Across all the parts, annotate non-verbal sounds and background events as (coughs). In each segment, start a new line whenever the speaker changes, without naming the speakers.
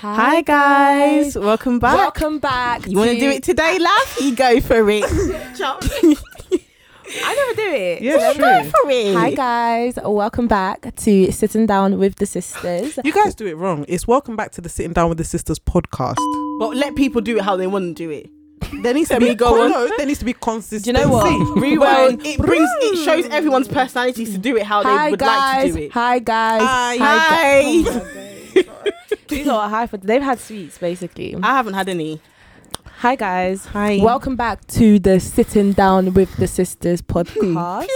Hi, guys. Welcome back.
Welcome back.
you want to do it today, love? You go for (laughs) it.
I never do it.
yeah, Go for it.
Hi guys, welcome back to sitting down with the sisters.
You guys do it wrong. It's welcome back to the Sitting Down with the Sisters podcast.
But let people do it how they want to do it. There needs to
There
be
needs-
go on.
no, There needs to be consistency.
you know what?
Well,
Rewind.
it brings it shows everyone's personalities to do it (laughs) how
Hi
they would
guys.
like to do it.
Hi Oh guys.
Hi.
Hi.
Hi. (laughs)
These are our high for they've had sweets basically.
I haven't had any.
Hi guys.
Hi.
Welcome back to the Sitting Down with the Sisters podcast.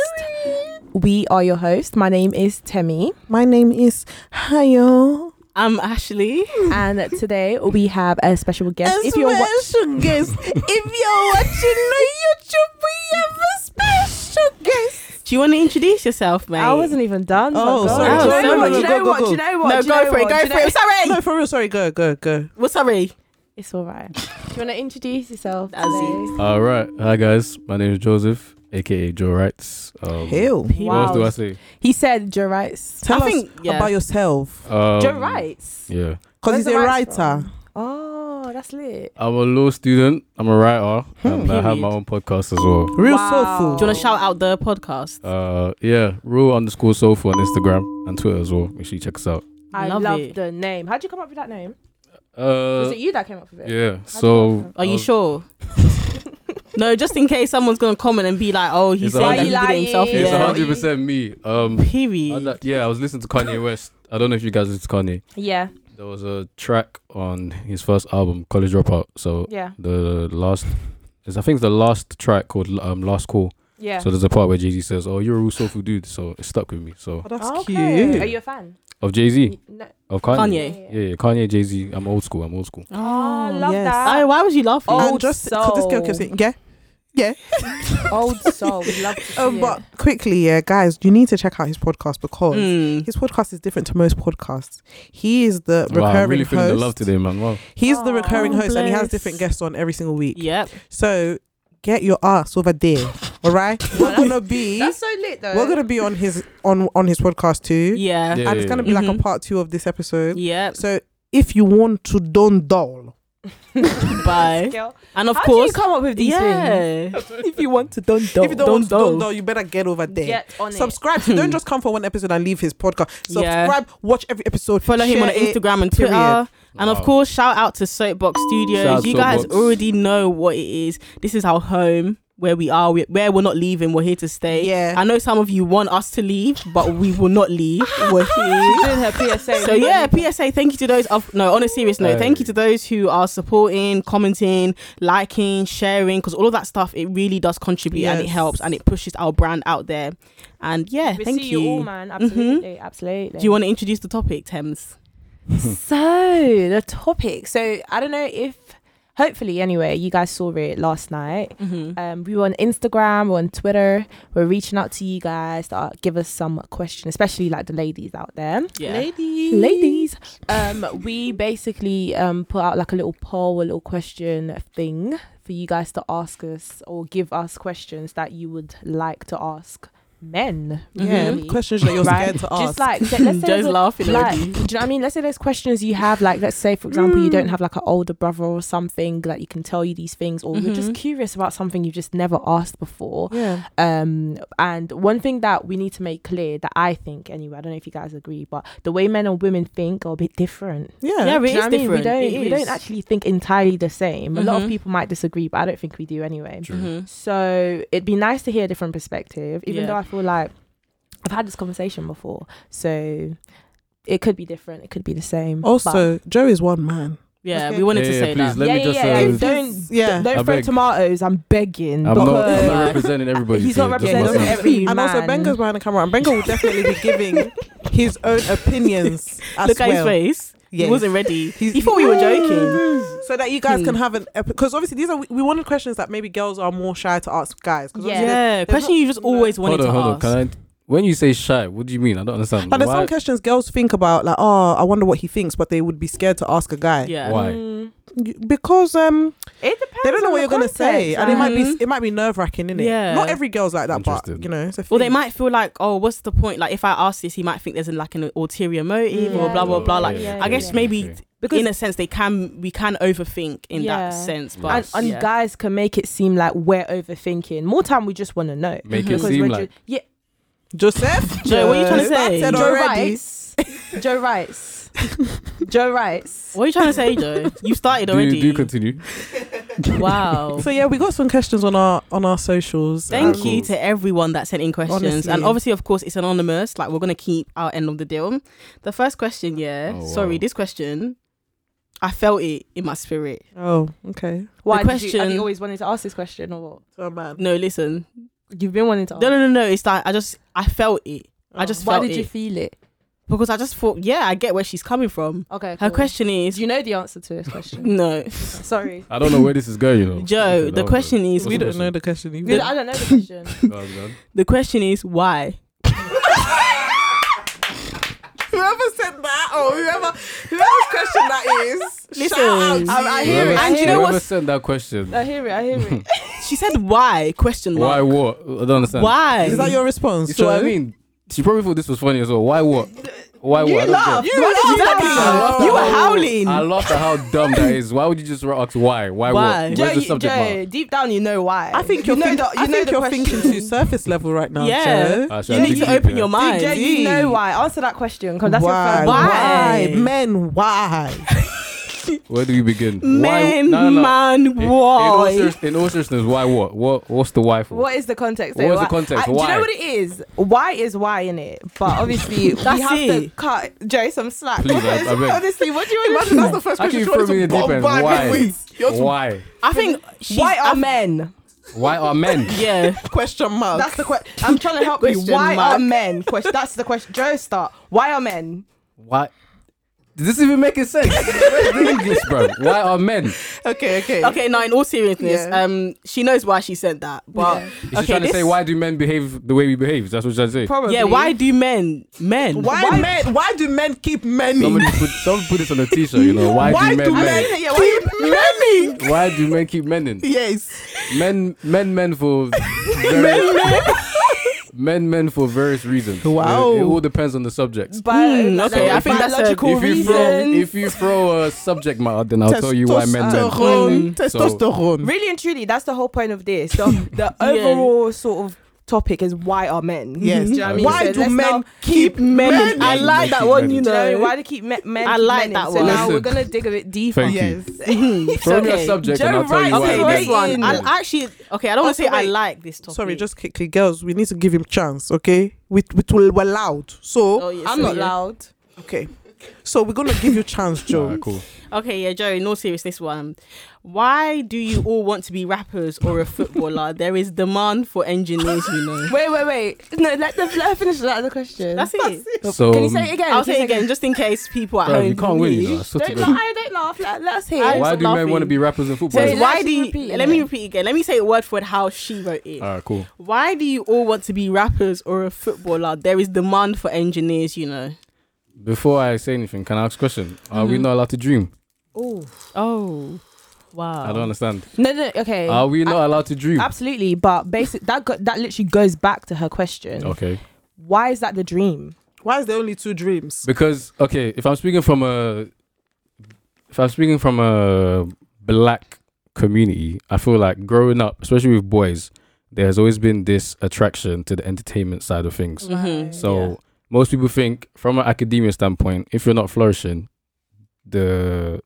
we are your host. My name is Temi.
My name is Hayo.
I'm Ashley.
and today we have a special guest. if you're wa-
special guest, if you're watching on YouTube, we have a special guest.
(laughs) Do you want to introduce yourself, mate?
I wasn't even done.
Oh,
my God.
sorry.
Oh,
sorry.
no, no,
no,
no,
go,
go, go.
go, go.
No, go for it. Go for it. Sorry.
No, for real. Sorry. Go, go, go.
Well, sorry.
It's all right. Do you want to introduce yourself?
That's it.
today?
All right, hi guys. My name is Joseph, aka Joe Wrights. Um,
Hell.
What else do
Wow.
I say?
He said Joe writes.
Tell
I
us
think yeah.
about yourself.
Um,
Joe writes.
Yeah,
Because
Where's
he's
the
a
rights
writer.
from? Oh, that's lit.
I'm a law student. I'm a writer, and I have
period.
my own podcast as well.
Real
Wow.
soulful.
Do you want to shout out the podcast?
Uh, yeah, Rule underscore Soulful on Instagram and Twitter as well. Make sure you check us out.
I love,
Love it.
the name. How'd you come up with that name? Was
Uh,
it you that came up with it?
yeah. So
Are you
uh,
sure? no, just in case someone's gonna comment and be like, "Oh, he
It's
said
a
that he
hundred-
did it himself."
It's
It's
Yeah.
Yeah.
hundred percent me. Um, I
Period.
li- yeah, I was listening to Kanye West. I don't know if you guys listen to Kanye.
(laughs) Yeah.
There was a track on his first album, College Dropout. So
Yeah.
the last, is I think it's the last track called um, Last Call.
Yeah.
So there's a part where Jay Z says, "Oh, you're a real soulful dude," so it stuck with me. So
Oh, that's
okay.
cute.
Are you a fan?
of Jay Z,
No.
of Kanye.
Kanye.
Yeah, yeah, Kanye, Jay Z. I'm old school. I'm old school.
Oh, I love
yes.
that.
Oh, why was you laughing?
Oh.
and just because this girl kept
soul.
saying, yeah, yeah.
Old soul. We love to see
Um,
it.
but quickly, yeah, guys, you need to check out his podcast
Oh,
because
Mm.
his podcast is different to most podcasts. He is the recurring
wow, I'm really feeling
host.
the love today, man. Wow.
He's the
Aw.
recurring
Oh,
host, and he has
bless.
different guests on every single week.
Yep.
So get your ass over there, all right?
(laughs)
We're gonna be
that's so lit though.
we're
(laughs)
gonna be on his on on his podcast too,
Yeah.
Yeah.
and it's gonna be like
Mm-hmm.
Mhm.
a part two of this episode.
Yep.
So if you want to don't doll,
Bye.
Girl,
And of
How do you
course,
come up with these things?
yeah.
If you want to, don't
if you don't, want to don't doll, you better get over there.
Get on
Subscribe.
(laughs)
don't just come for one episode and leave his podcast.
Yeah.
Subscribe. Watch every episode.
Follow him
share
on
it.
Instagram and Twitter.
period.
And of
Wow.
course, shout out to Soapbox Studios.
Shout out
you guys
Soapbox.
already know what it is. This is our home, where we are, we- where we're not leaving. We're here to
eh?
stay.
Yeah.
I know some of you want us to leave, but we will
(laughs)
not leave. we're here.
She's doing her PSA.
So yeah, PSA. Thank you to those. Of, no, on a serious note, thank you to those who are supporting, commenting, liking, sharing, because all of that stuff it really does contribute and it
Yes.
helps and it pushes our brand out there. And yeah,
we
thank
see
you. Mm-hmm.
you all, man. Absolutely, absolutely.
Do you want to introduce the topic, Thames?
(laughs) so the topic? So I don't know if, hopefully, anyway, you guys saw it last night.
Mm-hmm.
Um, we were on Instagram, we're on Twitter. We're reaching out to you guys to uh, give us some questions, especially like the ladies out there.
Yeah. (laughs)
Ladies.
Ladies, um, we basically um put out like a little poll, a little question thing for you guys to ask us or give us questions that you would like to ask men.
Yeah,
really.
questions that you're
mm-hmm. Right.
scared to ask.
Just like say- let's say
Joe's
there's a-
laughing
like, do
already.
you know what I mean? Let's say there's questions you have, like let's say for example you don't have like an older brother or something that you can tell you these things, or you're just
Mhm.
curious about something you've just never asked before.
yeah,
Um, and one thing that we need to make clear that I think anyway, I don't know if you guys agree, but the way men and women think are a bit different.
yeah,
Yeah,
Do you
it's
know what I mean?
different.
We don't
It
we don't
is.
actually think entirely the same. A
Mm-hmm.
lot of
Mhm.
people might disagree, but I don't think we do anyway.
True.
Mm-hmm.
So it'd be nice to hear a different perspective, even
Yeah.
though I feel like I've had this conversation before. So it could be different, it could be the same. but-
Also, Joe is one man.
Yeah,
Okay.
we wanted to
Yeah,
say that.
yeah, please, let
yeah,
me
yeah,
just,
yeah.
uh,
Don't- don't
Yeah.
don't
I
throw
beg.
tomatoes. I'm begging.
I'm not, I'm not
because-
representing everybody.
He's not
today, just
representing
myself.
every
(laughs) and also,
man.
Benga's behind the camera, and Benga will definitely be
(laughs)
giving his own opinions
(laughs)
as
Look
well.
at his face.
Yes.
He wasn't ready.
He's- Mm.
he
(laughs)
thought we were joking.
So that you guys
Hmm.
can have an because obviously these are we wanted questions that maybe girls are more shy to ask guys. 'cause
Yeah.
Yeah,
obviously there's- there's
question
not-
you just
no.
always wanted
Hold on,
to
hold on.
ask.
Can I, when you say shy, what do you mean? I don't understand.
But there's
Why-
some questions girls think about like oh I wonder what he thinks, but they would be scared to ask a guy.
Yeah.
Why?
Mm.
Y- because um
It depends.
they don't know
on
what
the
you're gonna say,
context,
and it might be
Mhm.
it might be nerve wracking, innit?
Yeah.
Not every girl's like that, but
Interesting.
you know. It's a
Or they
thing.
might feel like, oh, what's the point? Like, if I ask this, he might think there's an, like an ulterior motive
Yeah.
or blah blah blah. Like,
Yeah,
I guess
yeah.
maybe
Okay.
Because
in a sense they can we can overthink in
Yeah.
that sense but
and, and
yeah.
guys can make it seem like we're overthinking. More time, we just want to know.
Make it
Because
seem
we're
like
ju- yeah,
Joseph (laughs) Joe what are you trying to say
Started
Joe
already.
Rice, Joe Rice, Joe Rice.
what are you trying to say Joe
(laughs)
you started
do,
already
do continue.
(laughs) wow
So yeah, we got some questions on our on our socials.
Thank
Yeah,
you
cool.
to everyone that sent in questions. And
Honestly.
obviously, of course, it's anonymous. Like, we're going to keep our end of the deal. The first question, yeah.
Oh,
Sorry,
wow.
this question, I felt it in my spirit.
Oh, okay.
Why Did you, have
question-
you always wanted to ask this question, or what?
So man.
No, listen.
You've been wanting to.
No, no, no, no. It's that I just, I felt it. I just
Oh. Why
felt
did
it.
you feel it?
because I just thought, yeah, I get where she's coming from.
Okay.
Her
cool.
question is,
Do you know the answer to this question?
(laughs) no. (laughs)
Sorry,
(laughs) I don't know where this is going, you know.
Joe, the question is,
We don't know the question either.
Dude, I don't know the question.
the question is, why?
whoever said that or whoever
(laughs)
whoever's question that is.
Listen,
shout out to
I- I
you.
hear
Whoever,
it, I
and
hear
you
it.
know whoever sent that question,
Uh,
I hear it. I hear it.
She said, why? Question
why
mark.
what? I don't understand.
Why?
Is that your response?
You see what I
Joe?
mean? She probably thought this was funny as well. Why what? Why what? (laughs) I don't get
You
it.
(laughs) Why did you laugh?
laughed.
I
Oh.
You were
laughed at how-
howling.
I laughed at how dumb that is. Why would you just ask why?
Why?
Why, what?
Joe,
Where's the
you-
subject
Joe,
matter?
deep down, you know why.
I think
you
you're,
know
think,
the, you
I
know
think
the
you're
question.
thinking too surface level right
(laughs)
now,
Yeah.
Joe.
Ah, should
You
I
need
dig
to
deep
open
in
your
it?
mind.
Joe, you know why. Answer that question because Oh, that's your
why?
first
Why?
why? Men, why? (laughs)
Where do we begin?
Men,
why?
man,
In-
why?
In, all ser- in all seriousness, why what? What? What's the why for?
What is the context?
What
though?
was the
Why-
context?
I- Do you
Why?
know what it is? Why is why in it?
(laughs)
But obviously, we
That's
have to
it.
cut Joe some slack.
Please,
(laughs)
I- I beg.
honestly, what do you
Imagine that's
imagine?
the first
How can
question.
you
she wanted
throw me in
to
the deep end?
(laughs)
bombard
Why?
me with. You're to
Why?
I think she's,
Why are
I-
men?
Why are men?
(laughs)
(laughs)
Yeah.
Question mark.
That's the question. I'm trying to
(laughs)
help you.
Question
Why are
mark.
men? Question. That's the question. Joe, start. Why are men?
Why? Does this even make sense? Where's the English, bro? Why are men? Is
(laughs) okay, okay.
Okay, no, in all seriousness,
Yeah.
um, she knows why she said that. But
she
okay,
trying to
this-
say why do men behave the way we behave? That's what she's trying to say.
Probably.
Yeah, why do men men?
Why, men? Why do men keep (laughs) menning?
Somebody put, someone put this on a t-shirt, you know. Why,
Why
do men,
do
men?
men-
Yeah, why?
menning?
Why do men keep menning?
Yes.
men men men for very, men men for various reasons.
Wow.
It, it all depends on the subject.
Hmm, okay, I think that's a-
biological
if you throw
reasons.
if you throw a subject matter, then I'll tell you why men. men.
Testosterone.
So-
Testosterone.
Really and truly, that's the whole point of this. The,
(laughs)
the overall sort of topic is why are men? (laughs)
Yes.
Do you know what I mean?
Why
So
do
let's
men
now-
keep men?
men.
I like that one, you
do you know what I mean?
know.
why do keep men? men
I
keep
like
men
that
in? So
one.
now we're
Listen.
gonna dig a bit deeper.
Thank
(laughs)
you. Throw me a
okay.
subject and
Joe
I'll tell
Rice is
Okay,
you why. men.
this one.
Right in.
I actually okay. I don't want to
Also,
say I
wait.
like this topic.
Sorry, just quickly, girls. We need to give him chance, okay? We we will we're loud, so
Oh, yeah,
I'm
so
not
yeah.
loud.
okay. So we're gonna give you chance, Joe.
Alright, cool.
Okay, yeah, Joe. No serious. This one. Why do you all want to be rappers or a footballer? (laughs) there is demand for engineers, you know.
Wait, wait, wait. No, let the let her finish that other question.
That's it.
So
Can you say it again?
I'll
Can
say
you
it again, just in case people at
bro,
home.
you can't win. You know. I swear to
Don't
God.
laugh. I don't laugh. Let, let's hear.
I-
Why
I'm
do men want to
laughing.
be rappers and footballers?
Wait,
why
let's
do you,
repeat it.
let me repeat again. Let me say it word for word how she wrote it.
Alright, cool.
Why do you all want to be rappers or a footballer? There is demand for engineers, you know.
Before I say anything, can I ask a question? Are we not allowed to dream?
Oh
Oh, wow.
I don't understand.
no, no. Okay.
Are we not allowed to dream?
Absolutely, but basic that go, that literally goes back to her question.
Okay.
Why is that the dream?
Why is there only two dreams?
because okay if i'm speaking from a if i'm speaking from a black community i feel like growing up especially with boys there's always been this attraction to the entertainment side of things
Mm,
Mhm.
so most people think from an academia standpoint if you're not flourishing the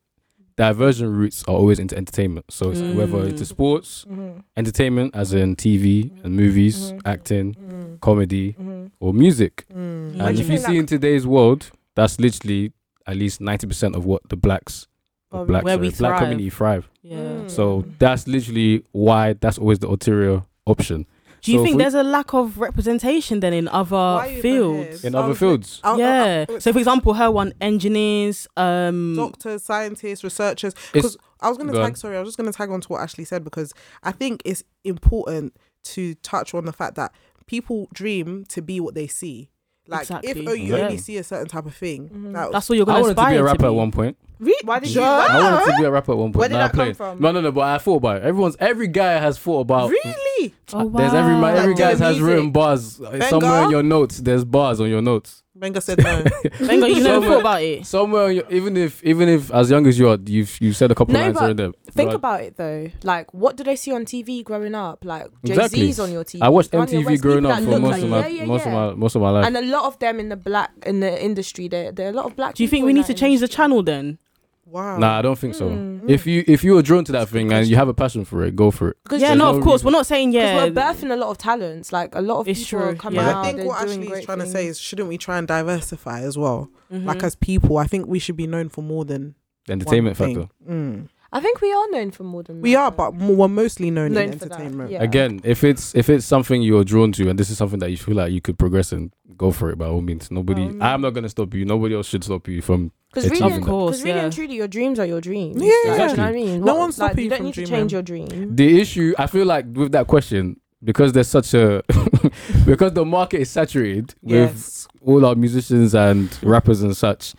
diversion routes are always into entertainment so it's whether
Mm.
into sports
Mm-hmm.
Mhm.
entertainment as in tv and movies
Mhm.
acting
Mhm.
comedy
Mhm.
Mm-hmm.
or music
Mm.
Why
and
do
if
you
you
think
see in today's world, that's literally at least ninety percent of what the blacks,
Or
the blacks,
where we
sorry, black
thrive.
community thrive.
Yeah.
Mm.
So that's literally why that's always the ulterior option
Do you
So if
think
we-
there's a lack of representation then in other
Why you
fields?
even
in
I
other
was-
fields.
I'll- I'll-
yeah.
I'll-
so, for example, her one engineers. Um,
doctors, scientists, researchers.
It's-
Because I was going to
go
tag,
on.
sorry, I was just going to tag on to what Ashley said because I think it's important to touch on the fact that people dream to be what they see. Like
Exactly.
if oh, you
Yeah.
only see a certain type of thing, that-
that's what you're
I
gonna
wanted to
aspire
be a rapper
to
at one point.
Why did
Joe?
you?
I wanted to be a rapper at one point.
Ah! Where did
Now
that
I play
come
it.
from?
No, no, no. But I thought about it. Everyone's every guy has thought about.
really?
Oh,
There's every man,
wow.
every
(laughs)
Like doing
guy has
music.
written bars Uh,
Benga?
somewhere in your notes. There's bars on your notes.
Benga said no.
Benga, you never
Somewhere-
thought about it.
Somewhere, you- even if even if as young as you are, you've you said a couple
No,
lines
but
here and there.
Think
but
about it though. Like, what did I see on TV growing up? Like, Jay
Exactly.
Z's on your TV.
I watched
Kanye
MTV
West,
growing
people
up
that
for
look
most
like
of
you.
my
Yeah, yeah,
most of
yeah.
my most of my life.
And a lot of them in the black in the industry, there there are a lot of black.
Do you think
people
we
in
need to
that
change the
industry.
channel then?
(laughs) wow.
Nah, I don't think so.
Mm.
If you if you are drawn to that
That's a good
thing and you have a passion for it, go for it.
Because
Yeah,
there's
no,
no
of course.
reason.
We're not saying yeah.
we're birthing a lot of talents. Like a lot of
It's
people are
true,
coming
But
yeah.
out.
I think
they're
what
doing
Ashley is
great
trying
things.
to say is, shouldn't we try and diversify as well?
Mhm.
Like as people, I think we should be known for more than
The entertainment
one thing.
factor.
Mm.
I think we are known for more than
We
that,
are,
though.
but mo- we're mostly known,
Known
in
for that,
entertainment.
yeah.
Again, if it's if it's something you're drawn to and this is something that you feel like you could progress in, go for it by all means. Nobody
Um,
I'm not gonna stop you. Nobody else should stop you from
Because
It's
really,
nothing
and,
that-
Of course,
cause really
yeah.
and truly, your dreams are your dreams.
Yeah.
Like,
Exactly.
Do you know what I mean?
No
What-
one's
like,
stopping
you.
you
don't
from
need to
dreaming.
change your dream.
the issue I feel like with that question, because there's such a (laughs) because the market is saturated with
Yes.
all our musicians and rappers and such,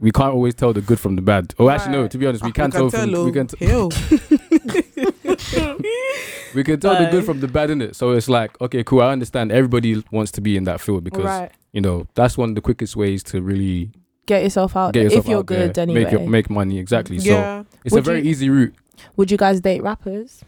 we can't always tell the good from the bad. Or actually, no.
Right.
To be honest,
Ah,
we can tell. From, we can. T-
Hill.
(laughs) we can tell the good
Aye.
from the bad in it. So it's like, okay, cool. I understand. Everybody wants to be in that field because
right.
you know that's one of the quickest ways to really
Get yourself out.
get
there,
yourself
Uh, if you're
out
good,
there,
anyway.
make your, make money. Exactly.
yeah,
So it's
Would
a very
you-
easy route.
Would you guys date rappers?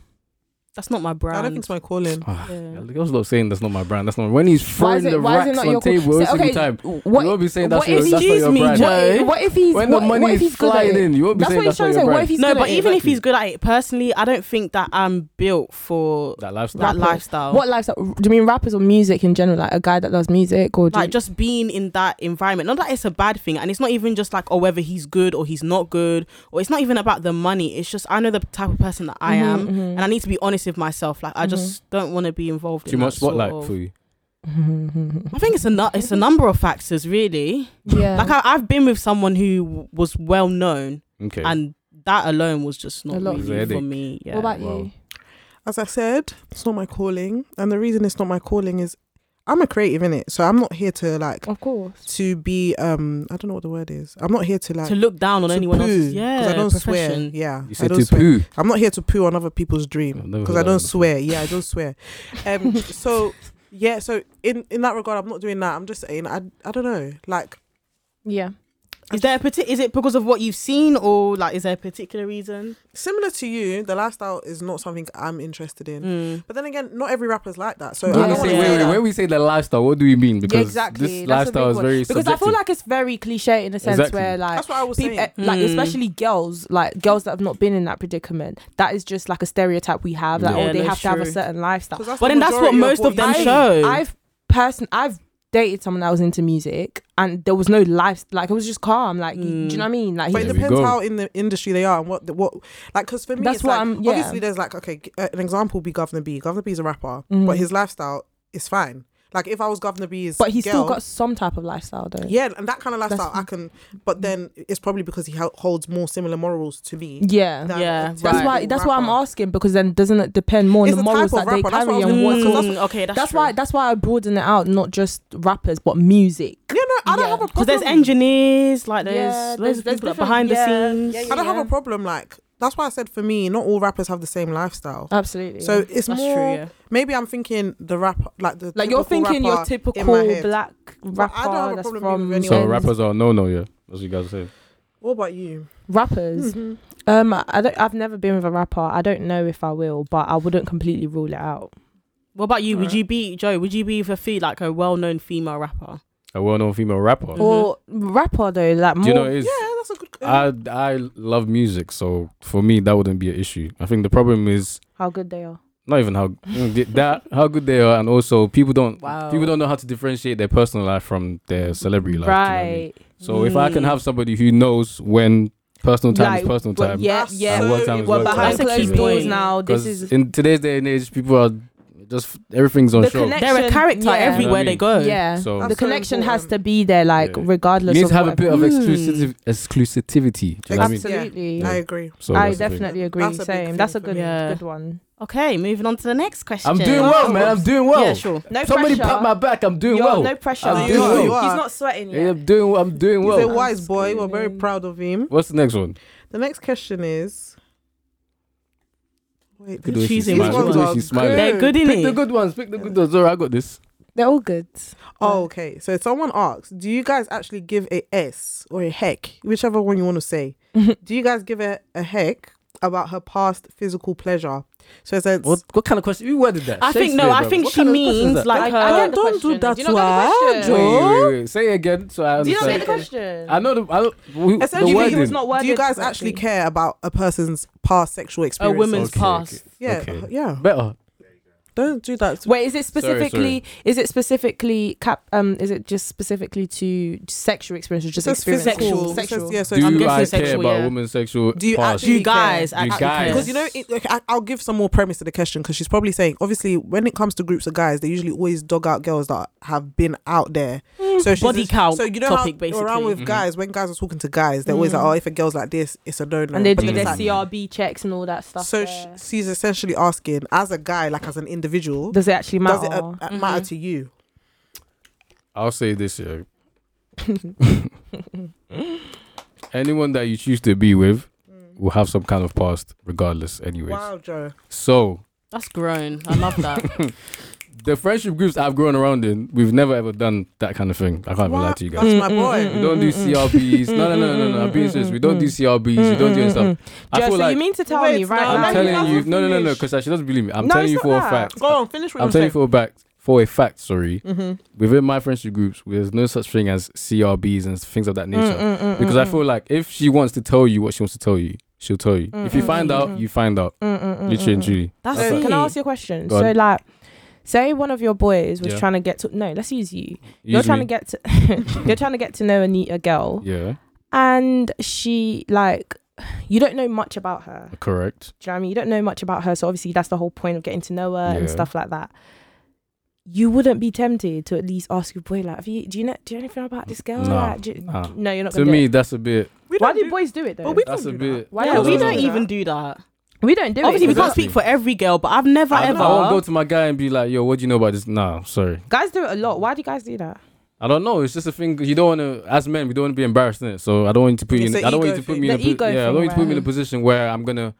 That's not my brand.
I don't think it's my calling.
Ah,
Yeah.
yeah, the girls love saying that's not my brand. That's not when he's
Why
throwing
is
the
it? Why is it
racks
not
on
your call?
table every
So, okay,
time. you
What?
won't be saying that's
what
your
if-
that's not
Excuse
your
me,
brand.
Jack.
What, what if he's?
When
what,
the money
what if
is
he's good at
flying
it?
in, you won't be
That's
saying
what he's
that's not
trying to
your
say. What
brand.
if he's
no,
good
but
at it?
even if
exactly.
he's good at it, personally, I don't think that I'm built for
that lifestyle.
that
Rapper.
lifestyle.
Oh.
What lifestyle? Do you mean rappers or music in general? Like a guy that loves music or do
like
you-
just being in that environment. Not that it's a bad thing, and it's not even just like oh whether he's good or he's not good, or it's not even about the money. It's just I know the type of person that I
Mhm,
am,
mhm.
and I need to be honest with myself. Like I
Mm-hmm.
just don't want to be involved.
Too
in
much
that sort
spotlight
of-
for you.
I think it's a nu- it's a number of factors really.
(laughs) yeah.
Like I, I've been with someone who w- was well known,
Okay.
and that alone was just
A
not
lot of
really
Headache.
for me. Yeah.
what about
Wow.
you?
As I said, it's not my calling, and the reason it's not my calling is I'm a creative in it, so I'm not here to like
Of course.
to be um I don't know what the word is. I'm not here to like
to look down on
to
anyone
poo,
else's
'cause
yeah
I don't swear.
profession.
Yeah,
you
I
said
don't
to
swear.
poo.
I'm not here to poo on other people's dream.
I've never heard
because I
that
don't
before.
swear. Yeah, I don't swear. Um, so yeah, so in in that regard, I'm not doing that. I'm just saying, I I don't know. Like,
Yeah.
Is there a parti- is it because of what you've seen or like is there a particular reason?
similar to you, the lifestyle is not something I'm interested in.
Mm.
But then again, not every rapper's like that. So
Yeah.
When,
I
we
don't
Yeah.
want
say,
to
wait,
say
wait,
that.
when we say the lifestyle, what do we mean? Because
exactly.
this
That's a
lifestyle
big
is
one.
very
Because I feel like it's very cliche in a sense
Exactly.
where like
That's what I was
people, eh,
saying. Hmm.
like
Mm.
especially girls, like girls that have not been in that predicament. That is just like a stereotype we have. Like,
Yeah,
oh, they
no,
have to have a
true.
certain lifestyle.
'Cause that's
But
the
then that's what
majority
most of them
you
I-
see.
show.
I've person I've dated someone that was into music and there was no life like it was just calm like you- do you know what I mean like
But
There
it
we
depends
go.
how in the industry they are and what the, what like because for me
That's
it's
what
like,
I'm- yeah.
obviously there's like okay g- uh, an example would be Governor B. Governor B is a rapper,
Mhm.
but his lifestyle is fine. Like if I was Governor B's,
but he's still
girl,
got some type of lifestyle though
yeah, and that kind of lifestyle I
That's-
can. But then it's probably because he hel- holds more similar morals to me.
yeah
than
Yeah,
a
That's
That's
typical
why. That's why I'm
rapper.
asking because then doesn't it depend more on
It's
the
the type
morals
of
that they
rapper, that's
carry
what I
and what?
was-
Mm,
'cause that's-
okay, that's,
That's, why. That's why I broaden it out, not just rappers, but music.
Yeah, no, I don't
Yeah.
have a problem.
because there's engineers, like there's
Yeah,
loads
there's-
of
there's
people that
different-
behind
yeah,
the scenes.
yeah,
I don't have a problem. Like that's why I said for me, not all rappers have the same lifestyle.
Absolutely.
So it's
That's
more.
true. Yeah.
Maybe I'm thinking the rapper, like the
like you're
typical
thinking your
rapper- in my
typical
head.
black
But
rapper
I don't have a
that's
problem
from
with
so
anyone.
rappers are no no yeah. That's what you guys say.
What about you?
rappers.
Mhm.
Um, I don't. I've never been with a rapper. I don't know if I will, but I wouldn't completely rule it out.
What about you? Would
Alright.
you be Joe? Would you be with a fee like a well-known female rapper?
A well-known female rapper.
Mm-hmm.
Mhm.
Or rapper though, like more.
Do you know what it is?
Yeah, that's a good.
I I love music, so for me that wouldn't be an issue. I think the problem is
how good they are.
not even how mm, that how good they are, and also people don't
Wow.
people don't know how to differentiate their personal life from their celebrity life. do you know what I mean?
right.
So if I can
Mm.
have somebody who knows when personal time
Like,
is personal
well,
time,
Yeah.
That's
Yeah.
so What time is
We're
what
behind
That's a key
closed doors
point.
now. This
because
is
in today's day and age, people are just everything's on
The
show.
connect-
They're a
Action,
character
yeah.
You know what I
everywhere they
mean?
go.
yeah.
So
That's
the
so
connection has
important.
to be there, like
Yeah. you
regardless.
need
of
to have a
whatever.
bit of
Mm.
exclusiv- exclusivity. Do you know what I mean?
Absolutely.
Yeah.
I agree.
So
I
that's the thing.
definitely agree.
That's a big
Same.
thing
That's a
for
good,
me. Yeah.
good one.
Okay, moving on to the next question.
I'm doing well, man. I'm doing well.
Yeah, sure.
No
Somebody
pressure.
pat my back. I'm doing
You're-
well.
No pressure.
I'm
doing well. You
He's
are.
not sweating
Yeah,
yet.
I'm doing. I'm doing
He's a
well.
I'm
wise boy. We're very
screaming.
proud of him.
What's the next one?
The next question is. Wait,
Look at the way she's
Choosing
smiling.
which
Look at the way
ones
she's
are
smiling.
They're good in
Pick the
it.
good ones. Pick the good ones. Alright, I got this.
They're all good.
Oh, okay. So someone asked, do you guys actually give a S or a heck, whichever one you want
(laughs)
to say? do you guys give a, a heck about her past physical pleasure? So it's
What what kind of question? You worded that.
I think no.
Shakespeare,
I
bro.
think
What
she
kind of question is
means
that?
like
I- I
her.
get the
don't do
question.
that
Do you
to
not get the
her,
question?
Wait,
Joe.
wait, wait. Say it again, so I
Do you not get
understand.
the question?
I know the. I don't, we, the
Essentially,
it
wording.
was not
Do you
worded
guys actually
correctly.
care about a person's past sexual
A
experience?
woman's
Okay, okay.
past.
Yeah,
Okay.
yeah.
better.
Don't do that. To
Wait, is it
Sorry,
specifically? Is it specifically cap? Um, is it just specifically to sexual experience or just
It says
experience?
physical.
It says- yeah, so
Do
I'm
you
guessing
guys care
sexual,
about
yeah.
women's sexual
Do you
past?
actually-
You guys,
You
actually
guys.
care.
Uh, because you know, it, like, I, I'll give some more premise to the question because she's probably saying, obviously, when it comes to groups of guys, they usually always dog out girls that have been out there.
Mm.
So she's
Body count
So you know
topic,
how
basically.
around with
Mhm.
guys, when guys are talking to guys, they're always
Mm.
like, oh, if a girl's like this, it's a no no.
and they do
then
their
it's like-
CRB checks and all that stuff.
So sh-
there.
she's essentially asking, as a guy, like as an individual,
does it actually
does
matter?
it uh, uh, matter
Mm-hmm.
Mhm.
to you?
I'll say this here. (laughs) Anyone that you choose to be with will have some kind of past, regardless. Anyways,
Wow, Joe.
so
That's grown. I love that.
the friendship groups I've grown around in, we've never ever done that kind of thing. I can't even lie
What?
to you guys.
That's my
Mm,
boy.
We don't do CRBs. No, no, no, no, no. I'm being serious. We don't do CRBs. We don't do any stuff. I
Joe,
feel
so
like
Mm-hmm. you mean to tell
Wait,
me right
no,
now?
I'm
Like,
(laughs)
telling you.
you
No, no, no, no.
finish.
Because she doesn't believe me. I'm
No, it's
telling you
not
for a
that.
fact.
Go on, finish what
I'm
you
telling you for a fact. For a fact, sorry.
Mm-hmm.
Within my friendship groups, there's no such thing as CRBs and things
Mm,
of that nature. Because I feel like if she wants to tell you what she wants to tell you, she'll tell you. If you
Mm,
find
mm,
out,
mm.
you find out. Literally and truly.
That's
(laughs) That's
it.
Can I ask you a question?
Go
so
on.
like, say one of your boys was
Yeah.
trying to get to no, let's use you. you're
Use
trying
me.
to get to you're trying to (laughs) get to know a neat a girl,
Yeah,
and she like you don't know much about her.
correct.
Do you know what I mean? You don't know much about her, so obviously that's the whole point of getting to know her and
Yeah.
stuff like that. You wouldn't be tempted to at least ask your boy, like, have you, do you know, do you know anything about this girl?
No,
Like, do you-
nah.
No, you're not.
To
gonna do
me,
it.
that's a bit.
We
why
don't
do boys do it though?
But we
That's a
don't do
bit.
why
Yeah,
don't
we
no,
don't
no.
even do that.
we don't do
Obviously,
it.
we can't
Exactly.
speak for every girl, but I've never
I, I
ever.
won't go to my guy and be like, "Yo, what do you know about this?" Nah, sorry.
Guys do it a lot. Why do you guys do that?
I don't know. It's just a thing. You don't want to, as men, we don't want to be embarrassed in it. So I don't want you to put you.
It's
In,
a
I don't want you
ego
to put
thing.
me in
The
a. po-
ego
yeah, I
thing,
don't want you to put me in a
right?
position where I'm gonna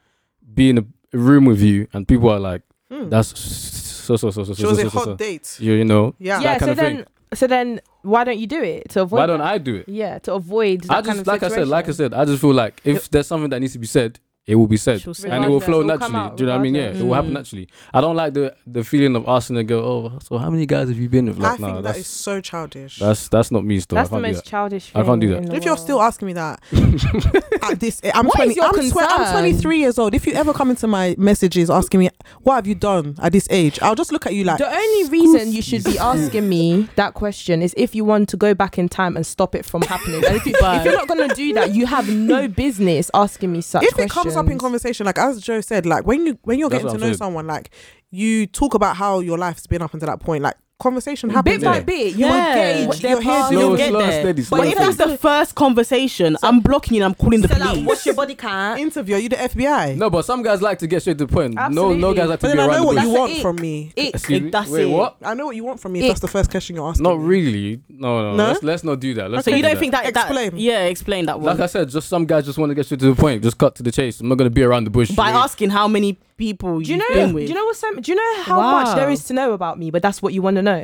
be in a room with you and people are like,
Mm.
Hmm.
"That's so so so so so
She
so
was a
so."
hot
so.
date.
You, you know.
Yeah.
that kind
so
of
then,
thing.
so then, why don't you do it to avoid?
Why don't
that?
I do it?
Yeah, to avoid. That
I
kind
just
of
like I said, like I
situation.
said, I just feel like if there's something that needs to be said, it will be said.
She'll say
and it will
Regardless,
flow
it will come
naturally.
out
Do you know what I mean? Yeah,
regardless.
it will happen
Mm.
naturally. I don't like the the feeling of asking a girl, oh, so how many guys have you been with?
I
Like,
think
nah,
that
that's,
is so childish.
that's that's not me still.
That's
I
the
can't
most childish.
I can't do
thing
that.
in the
if you're
world.
still asking me
(laughs)
that
do that.
at this, e, I'm
What is
20.
your
I'm, tw- I'm
concern?
23 years old. If you ever come into my messages asking me what have you done at this age, I'll just look at you like
the only reason you should be asking me that question is if you want to go back in time and stop it from happening. And if, you,
But-
if you're not going to do that, you have
(laughs)
no business asking me such
if
questions.
it comes up in conversation, like as Joe said, like when you when you're
That's
getting
what
to
I'm
know
saying.
someone, like you talk about how your life's been up until that point, like conversation happens.
bit by
innit?
bit, you
Yeah.
engage.
You're
Their
here
past-
to-
slow,
You'll get
slow, and
there.
steady, slow.
But
and
if that's
steady.
the first conversation, I'm blocking you and I'm calling the
So, like,
police.
what's your body count?
Interview, are you the FBI?
No, but some guys like to get straight to the point. No, no
Absolutely.
guys like to
But then
be
I
around
know
the
what
bush.
you
That's
want
it.
from me.
It-
Excuse me.
That's
Wait,
it.
what?
I know what you want from me if that's the first question you're asking.
Not
me.
really. No, no.
No?
Let's let's not do that. Let's
so
not
you
do
don't
that.
think that, that-
Explain.
Yeah, explain that one.
Like I said, just some guys just want to get straight to the point. Just cut to the chase. I'm not gonna be around the bush.
By asking how many people
Do you
you've
know?
been
Do
with.
you know what's so, Do you know how much there
Wow.
is to know about me? But that's what you want to know.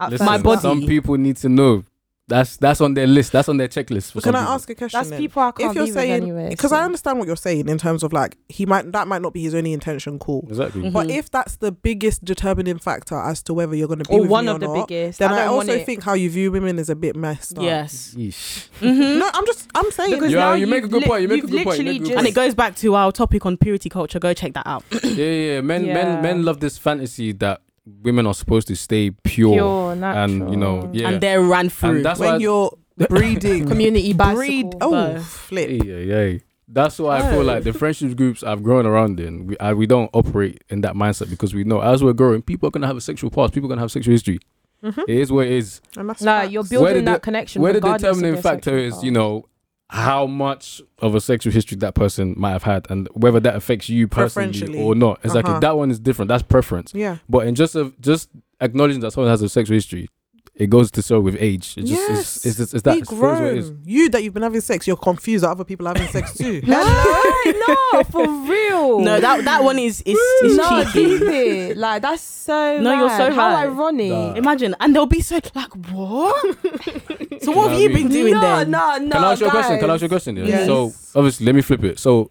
at
Listen,
my
first
body.
Some people need to know. That's that's on their list. That's on their checklist. For
Can
some
I
people.
ask a question?
That's
then?
people I can't
if you're
be
saying
with anyway.
because I understand what you're saying in terms of like he might that might not be his only intention. Cool,
Mm-hmm.
Exactly.
Mhm.
but if that's the biggest determining factor as to whether you're going to be
or
with
one
me
of the
not,
biggest.
then
I,
I,
don't want
also
it.
think how you view women is a bit messed up.
Yes.
Yeesh.
Mm-hmm.
No, I'm just I'm saying
Because
Yeah,
now
you make
you've
a good
lit-
point, you make a
you've
good point,
literally
you make a good
just-
And it goes back to our topic on purity culture. Go check that out.
yeah, yeah, yeah. Men,
Yeah.
men, men love this fantasy that women are supposed to stay pure, (laughs) and you know,
natural.
(coughs) yeah.
And they're ran through.
that's why.
(laughs)
when you're breeding
community
breed
bicycle.
oh
bow.
flip
yeah, yeah, yeah. That's why I feel like the friendship groups I've grown around in, we I, we don't operate in that mindset because we know as we're growing, people are gonna have a sexual past, people are gonna have sexual history.
Mhm.
It is what it is.
And that's
No,
facts.
you're
Where
building
did
that
the-
connection.
Where the
regardless of
determining
their
factor
sexual
is, you know, how much of a sexual history that person might have had and whether that affects you personally
Preferentially.
or not. Exactly.
Uh-huh.
That one is different. That's preference.
yeah
But in just of just acknowledging that someone has a sexual history, it goes to show with age. It just
Yes.
it's, it's, it's, it's that
Be
it's- it's what it is.
grown. You that you've been having sex, you're confused that other people are having sex
(laughs)
too.
(laughs) no, no, for real.
(laughs) No, that that one is is, is
no,
cheeky.
this is- Like that's so.
No, you're
mad.
so
How
right.
ironic.
Nah.
(laughs) Imagine, and they'll be (laughs) so like, what? so what have
You
you
know what I
been
mean?
doing
no,
then?
No, no,
Can I ask you a question? Can I
guys.
ask you a question? Yeah.
Yes.
So obviously, let me flip it. So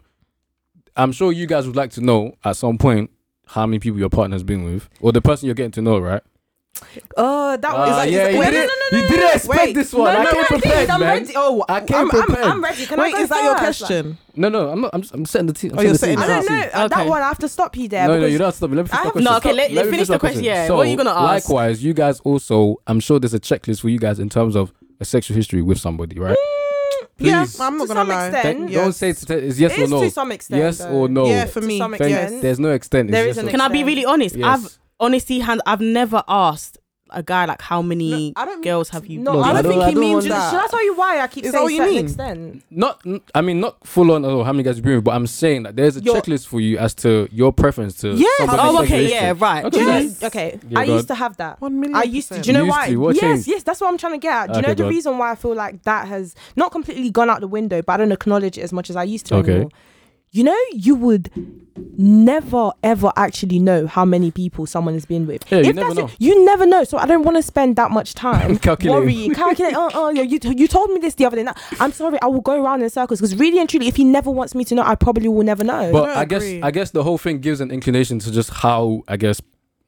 I'm sure you guys would like to know at some point how many people your partner's been with, or the person you're getting to know, right?
Oh, that was.
Ah,
like,
yeah,
wait,
you
no, no,
didn't-
no, no,
you didn't expect
wait.
this one.
No,
I
no,
came
no,
prepared,
please, I'm
man.
ready. Oh,
I
I'm,
came
I'm- I'm,
prepared.
ready. Can I
Wait,
go
is that your
first? Like,
question?
No, no, I'm not. I'm, I'm setting the team. I'm
Oh, you're
setting the
setting
scene,
I don't know.
I'm setting the scene.
Uh, That
Okay.
one, I have to stop you there.
No, no,
because-
you don't have to stop me. Let me
I
finish the
have-
question.
No, okay,
Stop.
let-
me
let-
finish
finish
my
the question. Yeah, what are you gonna ask?
Likewise, you guys also, I'm sure there's a checklist for you guys in terms of a sexual history with somebody,
Mm,
right?
Yeah,
Please.
I'm
To
not gonna
some
lie.
Th-
extent,
Don't
yes.
say it's, it's yes
It
or
is
no.
to some extent.
yes
though.
or no.
Yeah, for
Oh. To
me.
some
Thank-
extent.
There's no extent.
There
it's
is
yes
an
or-
Can I be really honest?
Yes.
I've honestly, hand, I've never asked a guy like how many
No, I don't mean-
girls have you?
No,
No,
I
I
don't
don't-
think
I
he
don't
means.
want
Should
that.
I tell you why I keep
Is that
saying
what you
certain
mean?
extent?
not n- I mean not full on oh, how many guys you been with, but I'm saying that there's a
Your-
checklist for you as to your preference to
Yes.
somebody
Oh,
that's
okay,
existing.
yeah,
(laughs)
right.
Okay.
Yes. Okay.
Yeah,
I
go
used to have that.
One million.
I used to.
percent.
Do you know
You used
why?
to, what
yes,
changed?
yes. That's what I'm trying to get at. Do you
Okay,
know the
go on.
reason why I feel like that has not completely gone out the window, but I don't acknowledge it as much as I used to
Okay.
anymore. You know, you would never ever actually know how many people someone has been with.
Yeah, you
If
never
that's
know.
it- You never know. So I don't want to spend that much time
Calculating.
worrying, calculating. Oh, oh, yeah, you, you told me this the other day. Now, I'm sorry. I will go around in circles because really and truly, if he never wants me to know, I probably will never know.
But
don't
I guess
agree.
I guess the whole thing gives an inclination to just how I guess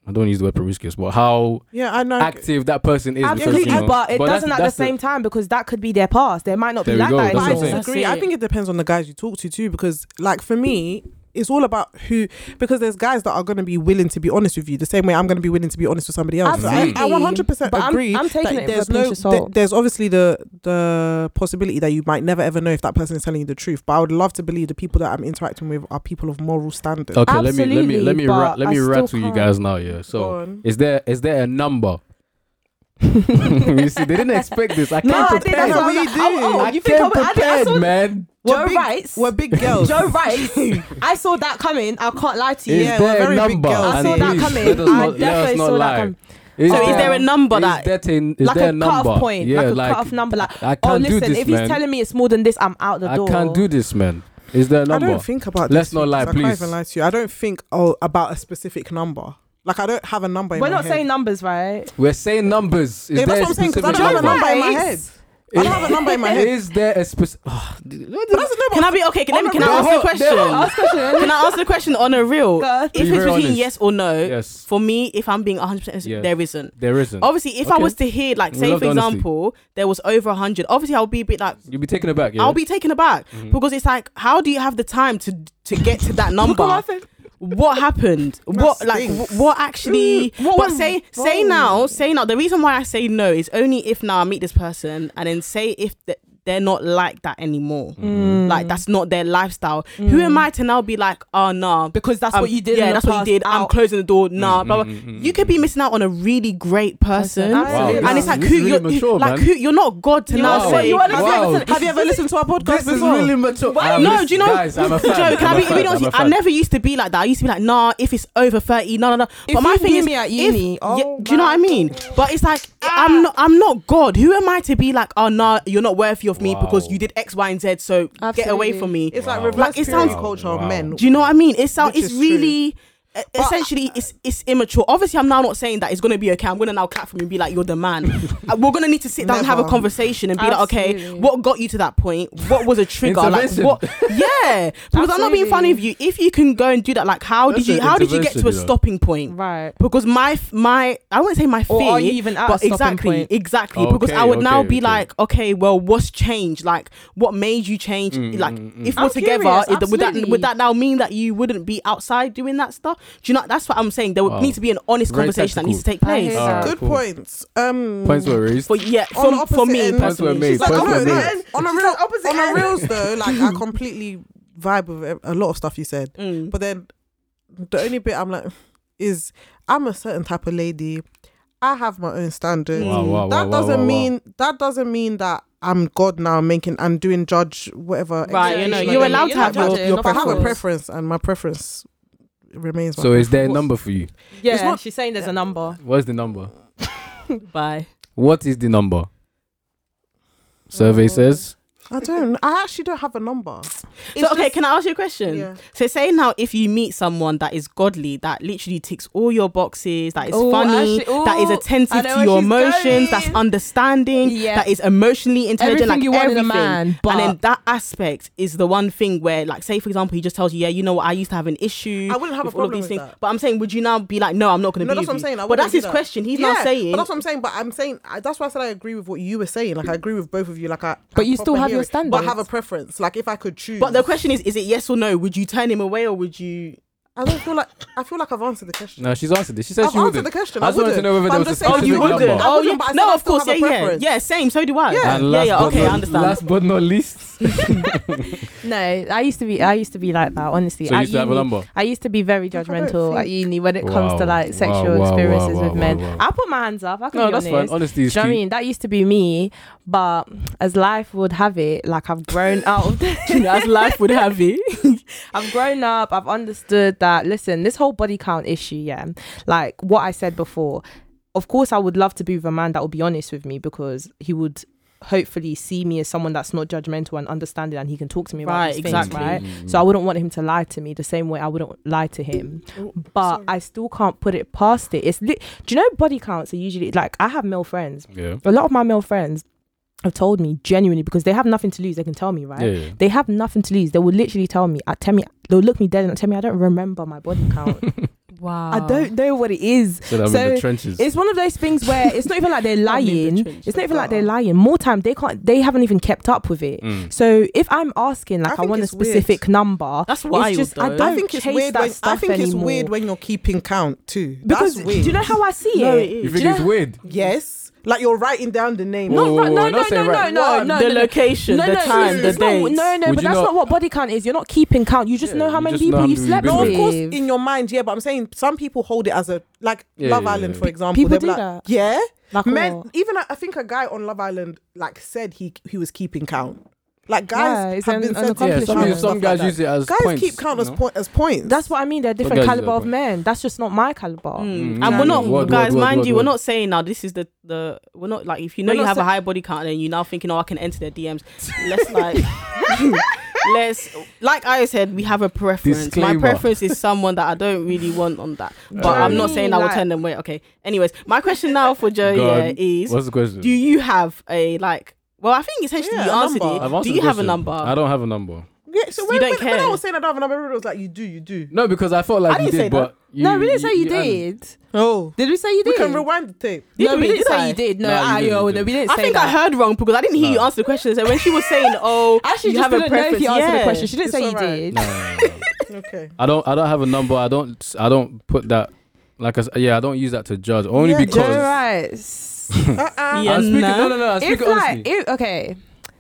I don't use the word promiscuous, but how
Yeah, I know.
active that person is. because,
Absolutely,
you know,
but it
that's-
doesn't at the
that's
same time because that could be their past. They might not
There
be
we
like
go,
that
that's what
I
I'm
anymore.
saying.
disagree. I
it.
think it depends on the guys you talk to too, because like for me, it's all about who. Because there's guys that are going to be willing to be honest with you, the same way I'm going to be willing to be honest with somebody else. So I- I,
Absolutely.
100 percent
But I'm-
agree.
I'm taking
that
it with
there's
a pinch of
no, th-
salt.
there's obviously the the possibility that you might never ever know if that person is telling you the truth. But I would love to believe the people that I'm interacting with are people of moral standard.
Okay, let me let me
Absolutely,
let me ra-
but
let
I
me
still
rattle you
can't.
guys now. Yeah. Oh, So
Go on.
is there is there
(laughs)
a number? you see, they didn't expect this. I came
No, I
prepared.
did. That's what I was
We
like, oh,
I
oh, you think
came
I, would- I, I
prepared,
saw
man.
We're
Joe
big-
Wright.
We're
(laughs)
big girls.
Joe Wright. I saw that coming. I can't lie to you.
Is
Yeah, they're
there a
very big
number?
girls.
I
And
saw that
please,
coming.
Let us
I
not, let us
definitely
not
saw that
lie.
coming.
Is
So is
Yeah.
there a number
is
that?
that in, is
like
there
a,
number?
cut-off point,
Yeah,
like a
like
cut-off number. Like,
I
oh,
can't do
listen,
this,
if
man.
he's telling me it's more than this, I'm out the
I
door.
can't do this, man. Is there a
I
number?
don't think about.
Let's
this
not
because
lie,
I
please.
Can't even lie to you. I don't think oh about a specific number. Like I don't have a number. In
We're
my
not
head.
saying numbers, right?
We're saying numbers. Is
Yeah,
there
that's
a
what I'm saying. Because I
specific
don't have a number in my
Nice.
head. I don't have a number in my head.
Is there a (sighs) specific?
But that's no.
Can I be okay? Can, let me, can I
They're
ask the
hot, they're
(laughs)
hot.
question? Can I ask the question on a real?
Go.
Be
If it's
very
between
honest.
yes or no,
Yes.
for me, if I'm being 100, percent
Yes.
there isn't.
There isn't.
Obviously, if I
Okay.
was to hear, like,
We
say
love
for
the honesty.
example, there was over 100, obviously I'll be a bit like,
You'll be taken aback. Yeah.
I'll be taken aback
Mm-hmm.
because it's like, how do you have the time to to get to
(laughs)
that number? what happened? what like
stinks.
wh- what actually?
Mm, what
but
went
say say
wrong?
now, say now. The reason why I say no is only if now I meet this person and then say if th- they're not like that anymore.
Mm.
Mm-hmm.
Like that's not their lifestyle. Who am I to now be like, oh nah,
Because Mm. that's
um,
what you did.
Yeah,
in the
that's what you
past,
did. I'm
out.
closing the door. Nah, blah blah.
mm, mm,
You could be missing out on a really great person.
Person. Wow.
And it's like
This
who
is really
you're
mature,
like
man.
who you're not God to
You
now
are.
wanna-
say
you wanna-
Wow.
Have you ever listened to our podcast
This is
before?
really mature.
Why-
I'm
no,
lis-
do you know?
Guys, I'm a fan.
(laughs) Joe, can I
I'm a
be,
fan,
we
I'm
don't,
a
I
fan.
never used to be like that. I used to be like, nah, if it's over 30, no, no, no.
If
But my
you
thing
hear
is,
me at
if-
uni,
yeah,
oh
do you know what I
my Ah.
mean? But it's like, I'm not, I'm not God. Who am I to be like, oh, nah, you're not worthy of me because
Wow.
you did X, Y, and Z, so get away
Absolutely.
from me.
It's
Wow.
like reverse
Like, it
purity
sounds-
culture
Wow.
of men.
Do you know what I mean? It's sound,
Which
it's
is true.
really. e- Essentially, it's it's immature. Obviously, I'm now not saying that it's gonna be okay. I'm gonna now clap for you and be like, "You're the man." Uh, We're gonna need to sit down and have a
Never.
conversation and be like, "Okay,
Absolutely.
what got you to that point? What was a trigger? like,
Intervention.
what? (laughs) Yeah, because I'm not being funny with you. If you can go and do that, like, how
That's
did you?
an
How did you get to a
intervention, you know.
stopping point?
(laughs) Right.
Because my f- my I wouldn't say my fear,
Or are you even at a
but
stopping
exactly,
point?
exactly. because I
Okay,
would now
okay,
be
okay.
like, okay, well, what's changed? Like, what made you change?
Mm,
like,
mm, mm.
if we're
I'm
together,
curious,
is that- would that
absolutely.
would that now mean that you wouldn't be outside doing that stuff? Do you know? That's what I'm saying. There would
Wow.
need to be an honest
Very
conversation that needs to take
tactical. I
place.
hear
Alright,
Good
cool.
points. Um,
Points were raised.
For yeah,
On
for,
the
for me
opposite end.
Points were
personally,
made.
She's like,
Like,
Points
on,
were
a,
made.
like, on a real, on a reals though, like I completely vibe with ev- a lot of stuff you said.
mm.
But then the only bit I'm like is I'm a certain type of lady. I have my own standards.
Wow, wow,
Mm, that
wow, wow,
doesn't
wow, wow.
mean that doesn't mean that I'm God now making and doing judge whatever.
Right, you know,
exception
you're
I do.
allowed to have your-
But I have a preference and my preference remains my
So is there a
preference.
number for you?
Yeah,
It's not-
she's saying there's a number.
What's the number?
Bye.
What is the number? Survey
Oh.
says
I don't. I actually don't have a number.
So, okay, can I ask you a question?
Yeah.
So say now if you meet someone that is godly, that literally ticks all your boxes, that is
Ooh,
funny,
actually-
that is
ooh, I know
attentive to
where
your
she's
emotions,
going.
that's understanding,
Yeah.
that is emotionally intelligent,
Everything
like
you want in
everything.
a man, but
and then that aspect is the one thing where, like, say for example, he just tells you, yeah, you know what, I used to have an issue.
I wouldn't have a
with all of
problem
these
with
things.
that.
But I'm saying, would you now be like, no, I'm not going to
No,
be with
that's what I'm
you?
saying. I
But
wouldn't
that's
do
his
that.
question. He's
yeah,
now saying,
But that's what I'm saying. But I'm saying I, that's why I said I agree with what you were saying. Like I agree with both of you. Like I.
But
I
you still
proper
have your
hear it. But I have a
standards.
preference. Like if I could choose.
but the question is, is it yes or no? Would you turn him away or would you?
I don't feel like I feel like I've answered the question.
no. She's answered this. She said
I've
she
answered
wouldn't.
the question.
I
I
just wanted to
wouldn't.
know whether
But
there
I'm
was a
just saying- Oh,
specific
you
number.
wouldn't. I
Oh,
wouldn't,
yeah.
but I said
No,
I
of
still
course. Yeah,
have a
yeah,
preference.
yeah. Same. So do I.
Yeah.
And
yeah,
last
yeah.
but
Okay,
not,
I understand.
Last (laughs) but not least,
no, I used to be I used to be like that. Honestly,
so you
At
used to have a
uni-
number.
I used to be very
I don't
judgmental at
think-
uni when it comes to
Wow,
like
wow,
sexual
wow, wow,
experiences
wow,
with
wow,
men.
wow.
I'll put my hands up. I can
No,
be
that's fine.
honest.
Honesty is
Do you know what I
key.
mean? That used to be me, but as life would have it, like I've
(laughs)
grown up.
As life would have it.
I've grown up. I've understood that. Listen, this whole body count issue, yeah, like what I said before. Of course, I would love to be with a man that will be honest with me because he would hopefully see me as someone that's not judgmental and understanding, and he can talk to me about
Right,
these
exactly.
things, right?
Mm.
So I wouldn't want him to lie to me the same way I wouldn't lie to him.
Oh,
But
sorry.
I still can't put it past it. It's lit do you know body counts are usually like I have male friends.
yeah.
A lot of my male friends have told me genuinely because they have nothing to lose. They can tell me, right?
Yeah, yeah.
They have nothing to lose. They will literally tell me. I tell me. They'll look me dead and tell me I don't remember my body
(laughs)
count.
Wow.
I don't know what it is.
So that I'm in
So
the trenches.
It's one of those things where it's not even like they're
I'm in the
lying.
trenches.
It's not even like they're lying. More time they can't. They haven't even kept up with it.
Mm.
So if I'm asking, like,
I
I,
think
want a
it's weird.
specific number.
That's wild,
It's just I
though.
don't
I think it's
chase
weird.
that
When, I
stuff
think it's
anymore.
weird when you're keeping count too.
because do
That's weird.
you know how I see
No,
it?
it
You
is.
think it's weird?
Yes. Like you're writing down the name.
Whoa,
No, no,
whoa, whoa,
no,
not
no,
saying
no,
right.
no, no,
the
no, no.
location, the time, the
it's not-
date.
No, no,
Would
but
you
that's
not-
not what body count is. You're not keeping count. You just
Yeah,
know how
you
many
just know how
people
many
you've slept
people
No,
you've
with.
of
been
course, in your mind, yeah. But I'm saying some people hold it as a like
Yeah,
Love
yeah,
Island,
yeah.
for example.
People
they'll
do
be like,
that.
Yeah,
Like
men.
what?
Even I I think a guy on Love Island like said he he was keeping count. Like
Yeah,
guys
it's
have
an-
been
an
said to
Yeah,
keep
accomplishment.
some,
count and
some
stuff
guys
like
use
that.
it as
guys
points.
keep count
you
as
know?
point as points.
That's
(laughs)
what I mean. They're different
guys do that,
caliber of
but-
men. That's just not my caliber. (laughs)
Mm.
Mm,
And we're not,
mm. Word,
guys,
word,
mind
word,
you,
word.
we're not saying now this is the, the, we're not like, if you know
We're
you
not
have
sa-
a high body count and you now thinking, oh, I can enter their DMs, let's like, let's, like I said, we have a preference.
Disclaimer.
My preference is someone that I don't really want on that. But I'm not saying I will
Like-
turn them away. Okay. Anyways, my question now for Joe
(laughs) Go on.
yeah, is,
What's the question?
do you have a, like, well, I think essentially
Yeah,
you
a
answered
number.
I've
it. Do
answered the
you have a
question.
number?
I don't have a number.
yeah, so
You
when,
don't
when, when I
care.
was saying I don't have a number, everybody was like, "You do, you do."
No, because I felt like
I didn't
you
say
did,
that.
but (laughs) you,
no, we didn't say you,
hadn't-
did.
Oh,
Did we say you
we
did?
can rewind the tape.
No,
Did
we
we?
didn't
Did
say
I?
you did. No,
No, you
I,
didn't,
oh,
you
no, we didn't
I
say
think
that.
I heard wrong because I didn't hear you
Nah.
answer the question. So when she was saying,
(laughs)
"Oh,
Actually,
you
just
have a
didn't know if
preference,"
you answered
yeah.
the question. She didn't
It's
say you
alright.
did.
No, no, no, no.
Okay.
I don't. I don't have a number. I don't. I don't put that. Like I s- yeah, I don't use that to judge. Only
Yeah,
because.
you're
right.
Hmm. (laughs)
Uh-uh.
Yeah.
I'm speaking,
nah.
no, no, no. I
If
speak honestly.
like, if, okay,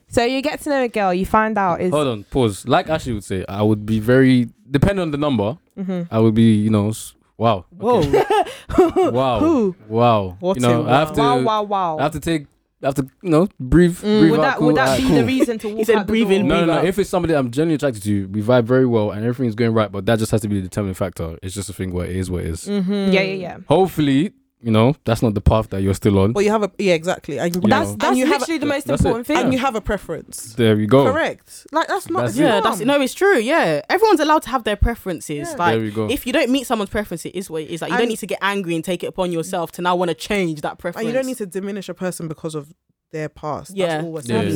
so you get to know a girl, you find out is
Hold on, pause. Like Ashley would say, I would be very depending on the number.
Mm-hmm.
I would be, you know, s- wow,
(laughs)
Whoa.
(laughs) wow, wow.
What
you know,
a
I have to,
wow, wow,
I
wow.
have to take, I have to, you know, breathe,
Mm.
breathe
Would
out.
that
cool,
would that
alright,
be
cool.
the reason to walk
said
out the
breathe in,
door?
No, no,
Breathe
no.
out.
If it's somebody that I'm genuinely attracted to, we vibe very well, and everything's going right. But that just has to be the determining factor. It's just a thing where it is what it is.
Mm.
Yeah, yeah, yeah.
Hopefully, you know, that's not the path that you're still on.
But you have a yeah, exactly. And,
You
That's
know.
that's
you have-
literally the most
that's it.
important thing.
and you have a preference.
There you go.
Correct. Like that's not.
That's
it's
it.
yeah, that's
dumb.
no, it's true. Yeah, everyone's allowed to have their preferences.
Yeah.
There
Like,
we go.
if you don't meet someone's preference, it is what it is. Like, you
And-
don't need to get angry and take it upon yourself to now want to change that preference.
And you don't need to diminish a person because of their past.
Yeah.
That's all we're
yeah,
saying.
yeah, yeah,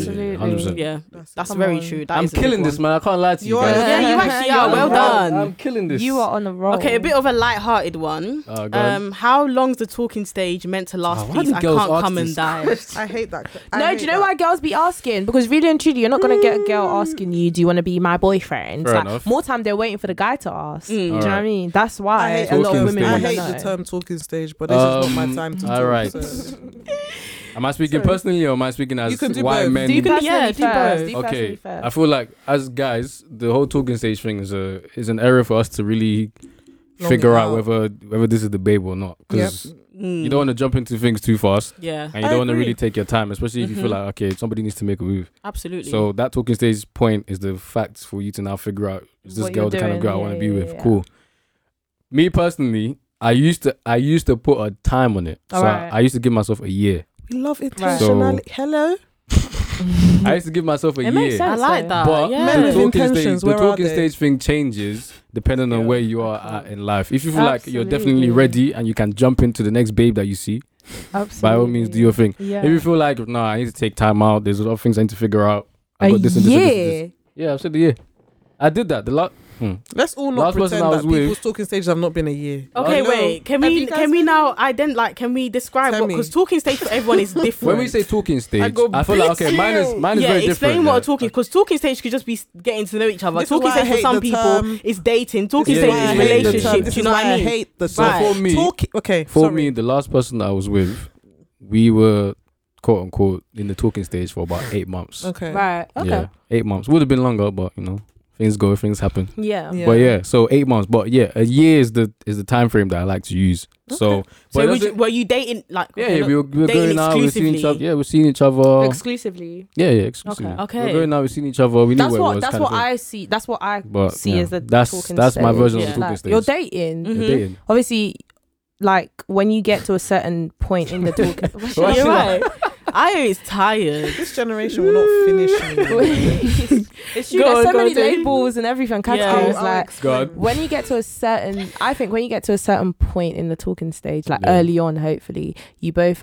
Absolutely.
100%.
Yeah,
That's,
that's
Come
very
on.
true. That
I'm
is a big
killing this,
one.
man. I can't lie to you
You're-
guys.
Yeah, you actually are.
(laughs) I'm
Well
proud.
done.
I'm killing this.
You are on a roll.
Okay, a bit of a light-hearted one.
Uh, go on.
Um, how long's the talking stage meant to last?
Oh, why
please,
do
I
girls
can't
ask
come
this
and die. (laughs)
I hate that. I
no,
hate
do you know
that.
why girls be asking? Because really and truly, you're not gonna get a girl asking you, "Do you want to be my boyfriend?"
Fair
Like,
enough.
more time they're waiting for the guy to ask. Do
Mm.
you know what I
Alright.
mean? That's
I
why
hate
a lot of
talking
women
I
want
stage.
to
hate
know.
the term talking stage, but this is not
Um,
my time to
all
talk. (laughs)
right.
so-
Am I speaking personally or am I speaking as
You can do
why
both.
men?
Do you can- yeah,
Personally
do both.
first, do personally
okay,
first.
I feel like as guys, the whole talking stage thing is a is an error for us to really
Long
figure
it
out
out.
whether whether this is the babe or not because
Mm,
you don't want to jump into things too fast
Yeah,
and you
I
don't want to
agree.
really take your time, especially if you feel
Mhm.
Mm-hmm.
like okay, somebody needs to make a move.
absolutely.
So that talking stage point is the fact for you to now figure out is this
What
girl
you're
the kind
doing,
of girl I
yeah,
want to
yeah,
be with?
yeah.
Cool. Me personally, I used to I used to put a time on it. so I,
Alright.
I used to give myself a year.
We love intentionality. Hello,
I used to give myself a
It
year.
makes sense.
I like that.
But
Uh, yeah.
Men
the
with
talking stage,
intentions,
the
where are
talking
they?
stage thing changes depending on
Yeah.
where you are at in life. If you feel like you're definitely
Absolutely.
ready and you can jump into the next babe that you see,
Absolutely.
by all means, do your thing.
Yeah.
If you feel like, nah, I need to take time out. There's a lot of things I need to figure out. I
a
got this and this,
year.
and this, and this. Yeah, I've said the year. I did that. The lot.
let's all
Last
not
person I
pretend that
was with-
people's talking stages have not been a year.
Okay,
Hello.
wait. Can
Have
we
you guys
can we
been-
now ident like can we describe
Tell
what
me.
because talking stage for everyone is different.
(laughs) When we say talking stage, I,
go,
feel like okay,
"Bitch,
mine is
you."
mine is
yeah,
very
explain
different.
what
yeah.
a talking because talking stage could just be s- getting to know each other.
This is
talking
why I
stage for
hate
some
the
people
term.
is dating. Talking
is
This
stage
why I
is
hate the term.
relationships.
This
You
is
know
why
what I
I
mean?
hate the
So
Right.
term.
for me,
Talk. Okay,
for
sorry.
me, the last person that I was with, we were quote unquote in the talking stage for about eight months.
Okay.
Right. Okay.
Yeah, eight months would have been longer, but you know, things go, things happen.
Yeah.
Yeah.
But yeah, so eight months. But yeah, a year is the is the time frame that I like to use. So,
Okay.
but it
So would you,
doesn't-
were you dating like
yeah,
okay,
yeah,
look,
we were, we were
dating
going out. We were seeing each other.
exclusively?
Yeah, we're seeing each other.
Exclusively.
yeah, yeah, exclusively.
Okay.
We
Okay.
were going out. We're seeing each other. We knew
That's
where it
what
was.
that's
kind of
what
thing.
I see. That's what I
But
see
yeah,
as the
that's
talking
that's my
stage.
version
Yeah.
of the talking
Like,
stage. Mm-hmm.
You're dating.
You're
Mhm.
dating.
Obviously, like when you get to a certain point in the
(laughs) Well,
talk.
actually,
You're
like-
right. I is tired.
This generation will not
(laughs)
finish me. (laughs)
it's true.
Go on,
There's so
go on,
many
Dave.
labels and everything.
Yeah.
Categories
It's
like
God.
when you get to a certain i think when you get to a certain point in the talking stage like
Yeah.
early on hopefully you both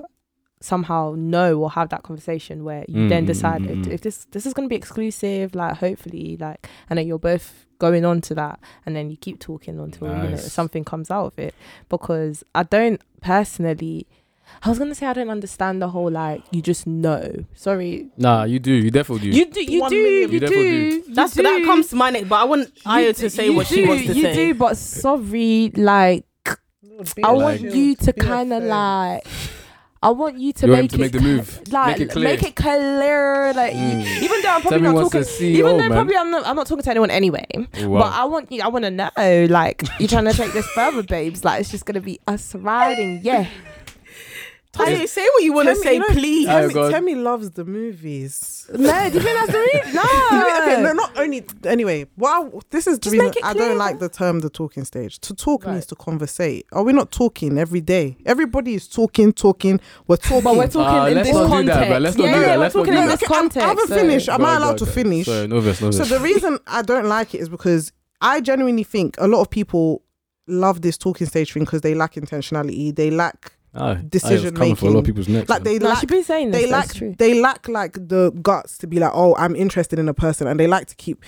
somehow know or have that conversation where you
Mm,
then
Mm-hmm.
mm,
decide
mm,
if,
mm.
if this this is going to be exclusive like hopefully like and then you're both going on to that and then you keep talking until you know
Nice.
something comes out of it because i don't personally i was going to say i don't understand the whole like you just know sorry
Nah, you do. You definitely do.
you do you
One
do
million.
you, do,
You definitely do.
you
That's that
do.
comes to my neck, but I want Aya to say what she
do,
wants to
you
say.
do, but sorry, like I want you to kind of like, I want you to
You want him
make
to
it
make the move.
cl- like
Make it clear.
clear, Like you-
Mm.
even though I'm
Tell
probably
me
not
what's
talking,
a CEO,
even though
man.
probably I'm not, I'm not talking to anyone anyway.
Wow.
But I want you, I want to know, like you're trying to take this further, babes. Like it's just gonna be us riding, yeah.
Aya, say what you want to
Tell me-
say,
you know-
please.
Aya,
Temi,
God.
Temi loves the movies.
(laughs) No, do (laughs) you think that's the reason? No.
(laughs) okay, no, not only. Anyway, well, this is the
Just
reason
make it
I
clear.
don't like the term "the talking stage." To talk
Right.
means to conversate. Are we not talking every day? Everybody is talking, talking. We're talking.
But we're talking
Ah,
in
let's
this
not do that,
context.
bruh. Let's not
yeah,
do that.
yeah,
Let's
we're
not
talking
do
in
that.
this
Okay, I'm- I
context.
haven't
so-
finished. Am I
Go on, go
allowed
on,
to
go on.
finish?
Sorry, no verse, no
So
verse.
the reason I don't like it is because I genuinely think a lot of people love this talking stage thing because they lack intentionality. They lack
Ah, ah, it's
decision
coming for a lot
making.
of people's necks.
like
man.
they
No,
lack
she's been saying this.
they
that's
lack
true.
they lack like the guts to be like oh i'm interested in a person and they like to keep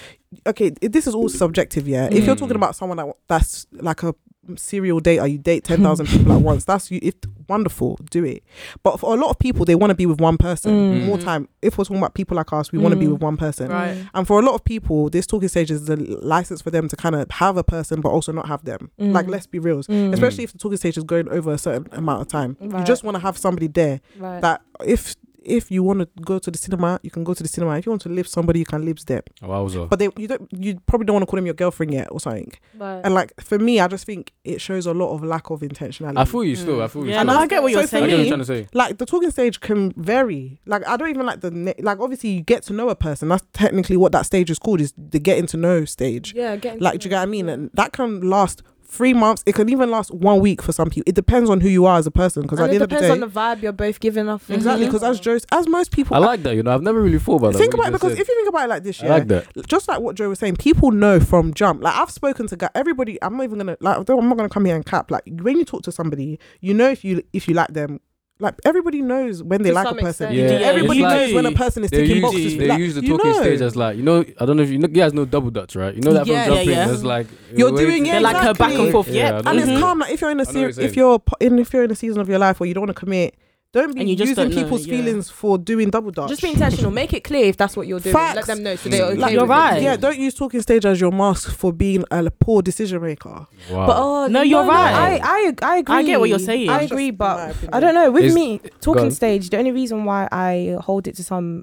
okay i- this is all subjective yeah if you're
Mm.
talking about someone that, that's like a serial dater you date
(laughs)
10,000 people at once that's you if wonderful do it but for a lot of people they want to be with one person
Mm.
more time if we're talking about people like us we want to be
Mm.
with one person
Right.
and for a lot of people this talking stage is the license for them to kind of have a person but also not have them
Mm.
like let's be real
Mm.
especially if the talking stage is going over a certain amount of time
Right.
you just want to have somebody there
Right.
that if if you want to go to the cinema, you can go to the cinema. If you want to live somebody, you can live them.
Oh, I was a-
But they you don't you probably don't want to call them your girlfriend yet or something.
But-
And like for me, I just think it shows a lot of lack of intentionality.
I feel you still. I feel
Mm.
you.
Yeah,
still.
no,
And
I get what
so
you're
for
I get
saying.
what you're
me-
trying to say.
like the talking stage can vary. Like I don't even like the na- like obviously you get to know a person. That's technically what that stage is called is the getting to know stage.
yeah, getting
Like do you get what I mean? And that can last three months. It can even last one week for some people. It depends on who you are as a person. Because at
And
the
it
end of the
depends
day,
on the vibe you're both giving off.
exactly.
Mhm.
Because as Joe, as most people,
I like that. You know, I've never really thought about that.
think
what
about
you
it
just
because
said.
if you think about it like this,
I
yeah,
like that.
just like what Joe was saying, people know from jump. Like I've spoken to guy, everybody. I'm not even gonna like. I don't- I'm not gonna come here and cap. Like when you talk to somebody, you know if you if you like them. Like everybody knows when they
To
like a
some
person.
extent. Yeah.
it's
Everybody
like-
knows when a person is
They
ticking
use,
boxes.
they
Like,
use the
you
talking
know.
stage as like you know I don't know if you, know, you guys know double dutch right you know that
Yeah,
from jumping
yeah.
it's like
You're
wait-
doing it,
They're like her back
Exactly.
and forth.
Yeah,
Yeah.
I
and it's
Mhm.
calm. Like if you're in a
I know what
series,
you're
if you're po- in if you're in a season of your life where you don't want to commit, don't be
And you just
using
don't know,
people's
yeah.
feelings for doing double dutch.
Just be
(laughs)
intentional. Make it clear if that's what you're doing. Let
Facts.
them know so they're okay.
Like,
with
you're
it.
right.
yeah, don't use talking stage as your mask for being a poor decision maker.
wow
uh,
But oh,
No, you're
right.
I, I I agree.
I get what you're saying.
I
Just
agree,
in my
but
opinion.
I don't know. With
It's-
me
go
talking
on.
stage, the only reason why I hold it to some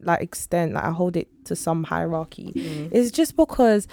like extent, like I hold it to some hierarchy, is just because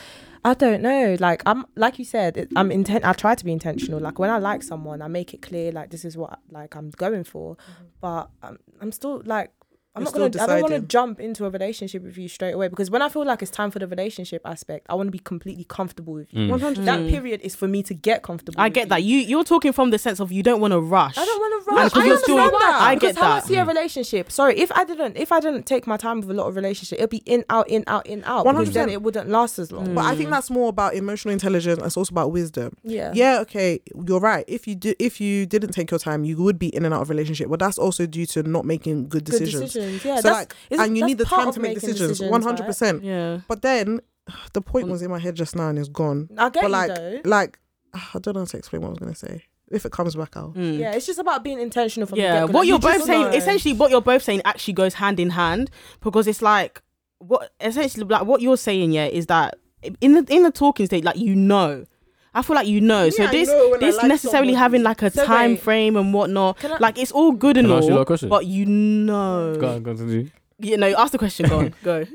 I don't know. Like I'm, like you said, it- I'm intent. I try to be intentional. Like when I like someone, I make it clear. Like this is what like I'm going for. But um, I'm still like I'm
Mm-hmm. You're
not
still
gonna. I don't want to
deciding.
jump into a relationship with you straight away because when I feel like it's time for the relationship aspect, I want to be completely comfortable with you.
Mm.
100
That
Mm.
period is for me to get comfortable.
I
with
get
you.
that. You you're talking from the sense of you don't want to rush.
I don't want to
And
rush.
because
I
you're still-
understand that.
I get
Because how I
that. Mm.
see a relationship. Sorry, if I didn't, if I didn't take my time with a lot of relationship, it'd be in out, in out, in out. Because
100%.
then it wouldn't last as long.
But I think that's more about emotional intelligence. It's also about wisdom.
Yeah.
yeah okay you're right if you did if you didn't take your time you would be in and out of relationship but that's also due to not making good
Good
decisions,
decisions. Yeah.
so
that's,
like
isn't-
and you
that's
need the
part
time
of
to make
making
decisions,
decisions,
100%
Yeah.
but then (sighs) the point was in my head just now and it's gone
I get
but
you
like
though.
like (sighs) ah, i don't know how to explain what i was gonna say if it comes back out
Mm.
Yeah, it's just about being intentional. From the
yeah
get-go.
what
Like,
you're
you just
both saying
know.
essentially what you're both saying actually goes hand in hand because it's like what essentially like what you're saying yeah is that in the in the talking stage like you know i feel like you know so
Yeah, I
this
know when I
this
like
necessarily
somebody.
having like a
So
time
wait.
frame and whatnot
Can I-
like it's all good and
Can I ask you a lot
all
of questions?
but you know
Go on, continue.
(laughs)
you know ask the question
(laughs)
go on go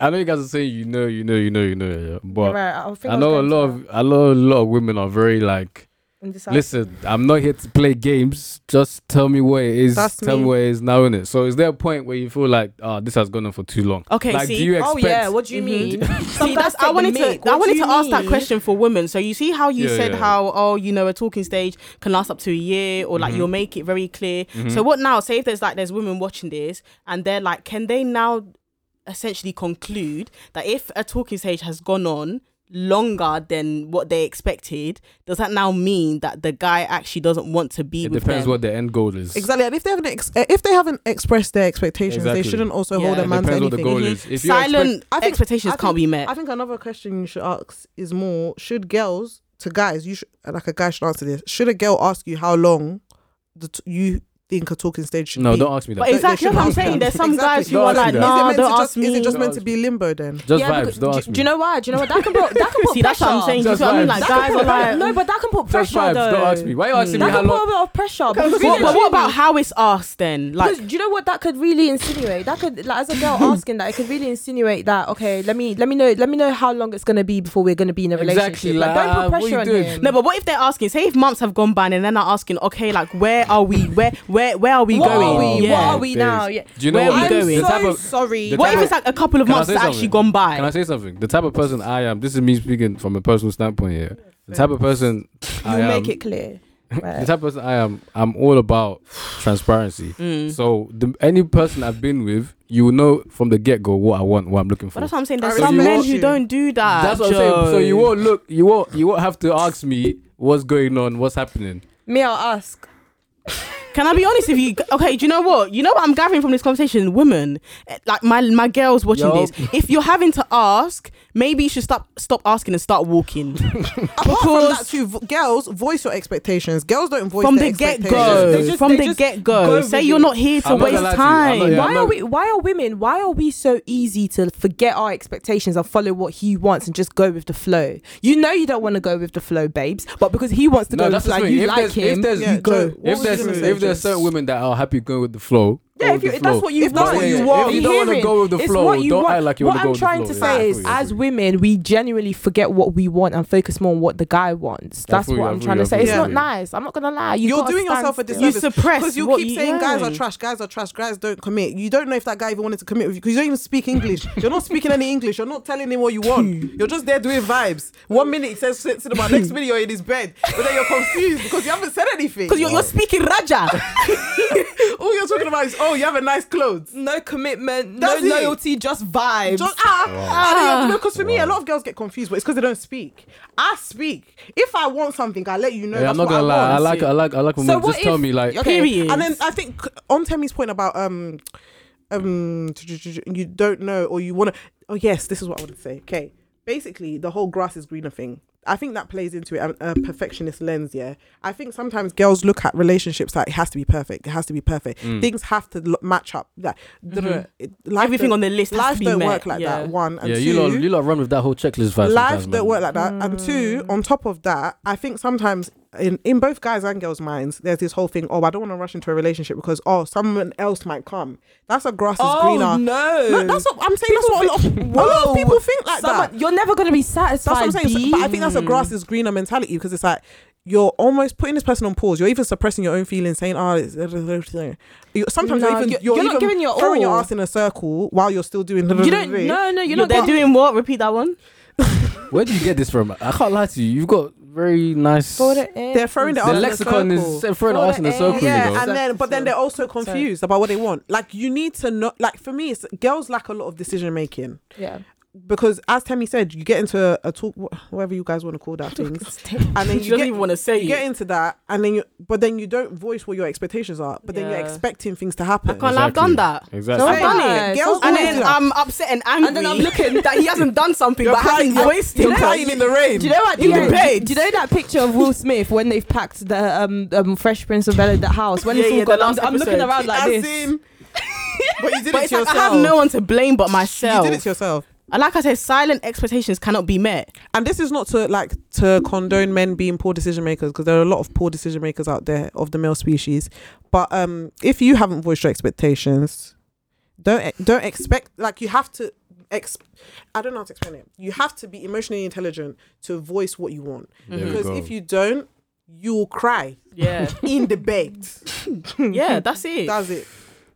I know you guys are saying you know, you know, you know, you know, yeah, but
Right, I, think
I
was
know a
going to
lot
that.
of I know a lot of women are very like.
Indecisive.
Listen, I'm not here to play games. Just tell me what it is.
That's
tell me.
me.
what it is now in it. So is there a point where you feel like, oh, this has gone on for too long?
okay
like,
see
do you
Oh
expect?
yeah, what do you
Mhm.
mean? (laughs)
See, that's, I wanted to. I wanted to ask that question for women. So you see how you
Yeah,
said
yeah.
how oh you know a talking stage can last up to a year or like
Mhm.
you'll make it very clear.
Mhm.
So what now? Say if there's like there's women watching this and they're like, can they now essentially conclude that if a talking stage has gone on longer than what they expected, does that now mean that the guy actually doesn't want to be
it
with
depends
them?
what the end goal is.
exactly and if they haven't ex- if they haven't expressed their expectations
Exactly.
they shouldn't also
Yeah.
hold a
It
man to
depends what the
anything
goal
Mhm.
is. If you expect-
Silent
I think-
expectations
I
can't
think-
be
Eh.
met.
I think another question you should ask is more: Should girls to guys, you should like a guy should answer this. Should a girl ask you how long the t- you think a talking stage should
No,
be?
don't ask me that.
but
they
exactly
should
what I'm
ask
saying.
that.
There's some
Exactly.
guys who
Don't
are
ask me
like,
is
that.
it
nah,
meant to
don't ask
just, Is
me.
it just
Don't
meant
ask
to
me.
be limbo then?
Just
Yeah,
vibes.
because-
Don't
do-
ask me.
Do you know why? Do you know what? That can put that can put pressure.
See, that's what I'm saying. Do you
Just
see what I mean?
vibes.
Like
That can
guys
put
are like,
pressure. no, but that can put
Just
pressure
vibes.
though.
Don't ask me. Why are you asking me
That
how
can put a
long?
lot of pressure.
But,
because
but
really-
what about how it's asked then? Like,
Because do you know what that could really insinuate? That could, like, as a girl asking that, it could really insinuate that. Okay, let me let me know let me know how long it's gonna be before we're gonna be in a
Exactly,
relationship. Like,
like,
don't put
uh, what
pressure
you
on
doing?
him.
no, but what if they're asking? Say if months have gone by and then they're asking, okay, like where are we? Where where where are we
what
going?
are we?
Yeah.
What are we now? Yeah.
Do you know
Where
what
are we going?
the type
I'm so
of-
sorry.
the
What
type
if
of-
it's like a couple of
Can I
months
say
that's actually
something?
gone
Can I
by?
say something? The type of person I am. This is me speaking from a personal standpoint here. The type of person I
You
am.
make it clear.
the type of person I am. I'm all about transparency.
Mm.
So the, any person I've been with, you will know from the get go what I want, what I'm looking for.
But that's what I'm saying. There's
So
some
you
men
won't-
who don't do that.
That's what I'm
Joe.
saying. So you won't look, you won't, you won't have to ask me what's going on, what's happening.
Me, I'll ask.
Can I be honest with you? Okay, do you know what? You know what I'm gathering from this conversation, women, eh, like my my girls watching
Yo.
this. If you're having to ask, maybe you should stop stop asking and start
(laughs)
walking.
Apart from
Because-
that, too, v- girls voice your expectations. Girls don't voice
from
their
the get
expectations.
They
go.
just-
From
they
the
just
get
go
go.
with
Say
it.
you're not here to
I'm not
waste
gonna lie to you. I'm not-
time.
Yeah,
why
I'm
are
not-
we? Why are women? Why are we so easy to forget our expectations and follow what he wants and just go with the flow? You know you don't want to go with the flow, babes, but because he wants to go with the flow,
the thing.
you
if
like
there's, if
him.
there's,
Yeah,
you go.
Joe, what
if
was you
there's,
gonna say,
if there's
Joe?
certain women that are happy going with the flow, go
Yeah, if
with
you,
the
if that's
flow.
what you
If that's
want.
what you
yeah.
want.
If you don't want to
Hearing.
go with the
It's
flow,
what you
don't
want.
act like you
What
want to go
I'm
with the flow.
trying to say is,
Yeah, I feel you.
as women, we genuinely forget what we want and focus more on what the guy wants.
I
That's
feel you,
what
I
I'm
feel
trying
you,
to
I
say.
feel
It's
you.
not
Yeah.
nice. I'm not gonna lie. You
You're
gotta
doing
stand
yourself a
still.
You
disservice
suppress
because you
what
keep saying
yeah.
guys are trash, guys are trash, guys don't commit. You don't know if that guy even wanted to commit with you because you don't even speak English.
(laughs)
You're not speaking any English. You're not telling him what you want. You're just there doing vibes. One minute he says sit cinema, next minute you're in his bed, but then you're confused because you haven't said anything.
Because you're, you're speaking Raja.
(laughs) All you're talking about is oh, you have a nice clothes.
No commitment,
That's it.
no loyalty, just vibes.
Just, ah, ah. Because for me, a lot of girls get confused, but it's because they don't speak. I speak. If I want something, I let you know.
Yeah,
that's
I'm not
what
gonna lie. I
want.
like, I like, I like. when women
what
just tell
if-
me like,
Okay.
Period.
And then I think on Temi's point about um um you don't know or you want to oh yes this is what I wanted to say okay basically the whole grass is greener thing I think that plays into it um, a perfectionist lens yeah I think sometimes girls look at relationships like it has to be perfect it has to be perfect
Mm.
things have to lo- match up that
Mhm.
it- life
Everything
don't-
on the list has
life
to be
don't
met,
work like
yeah.
that one and
yeah,
two
you lot, you lot run with that whole checklist vibe.
life
sometimes,
that
man.
work like that. And two,
Mm.
on top of that, I think sometimes in, in both guys and girls' minds, there's this whole thing, oh, I don't want to rush into a relationship because oh someone else might come. That's a grass is greener.
Oh, no.
No, that's what I'm saying. That's what a lot of, (laughs) a lot of people think like
Someone-
that.
You're never gonna be satisfied.
That's what I'm saying. So-
B.
but I think that's a grass is greener mentality because it's like you're almost putting this person on pause. You're even suppressing your own feelings, saying, "Ah, it's, you sometimes
No,
you're even
you're-
you're,
you're not
even
giving your
throwing your
all.
ass in a circle while you're still doing.
You don't. No, no, you're not.
They're
Doing,
doing what? Repeat that one.
Where do you get this from? I can't lie to you. You've got very nice. The
They're throwing their ass
lexicon
in a circle.
is throwing the
Throw
arse in a
the
circle.
ass.
you know?
Yeah,
Sorry.
and then but then they're also
Sorry.
confused about what they want. Like you need to know. Like for me, it's girls lack a lot of decision making
yeah.
because, as Temi said, you get into a, a talk, wh- whatever you guys want to call that
(laughs)
things, and then
you,
you,
don't
get,
even want to say
you get into that, and then you but then you don't voice what your expectations are. But then
Yeah.
you're expecting things to happen.
I can't lie, I've done that.
Exactly.
I've done
Yeah,
it.
Girls
And
always do
then
that.
I'm upset and angry.
then I'm looking
that he hasn't done something,
You're
but
crying-
hasn't wasted.
you're crying
in the rain.
Do you know what? Do
In
you
the
know,
bed.
do you know that picture of Will Smith when they've packed the um, um Fresh Prince of Bel Air the house when
Yeah,
it's all
yeah, the
gone? I'm,
last
I'm looking
episode.
around like
As
this.
in- (laughs) but you did
But
it
it's
to
like,
yourself.
I have no one to blame but
you
myself.
did it to yourself.
And like I said, silent expectations cannot be met.
And this is not to like to condone men being poor decision makers because there are a lot of poor decision makers out there of the male species. But um, if you haven't voiced your expectations, don't eh, don't expect like you have to. Ex- I don't know how to explain it. You have to be emotionally intelligent to voice what you want
There we
because if you don't, you'll cry
Yeah.
in the bed.
yeah, that's it.
That's it.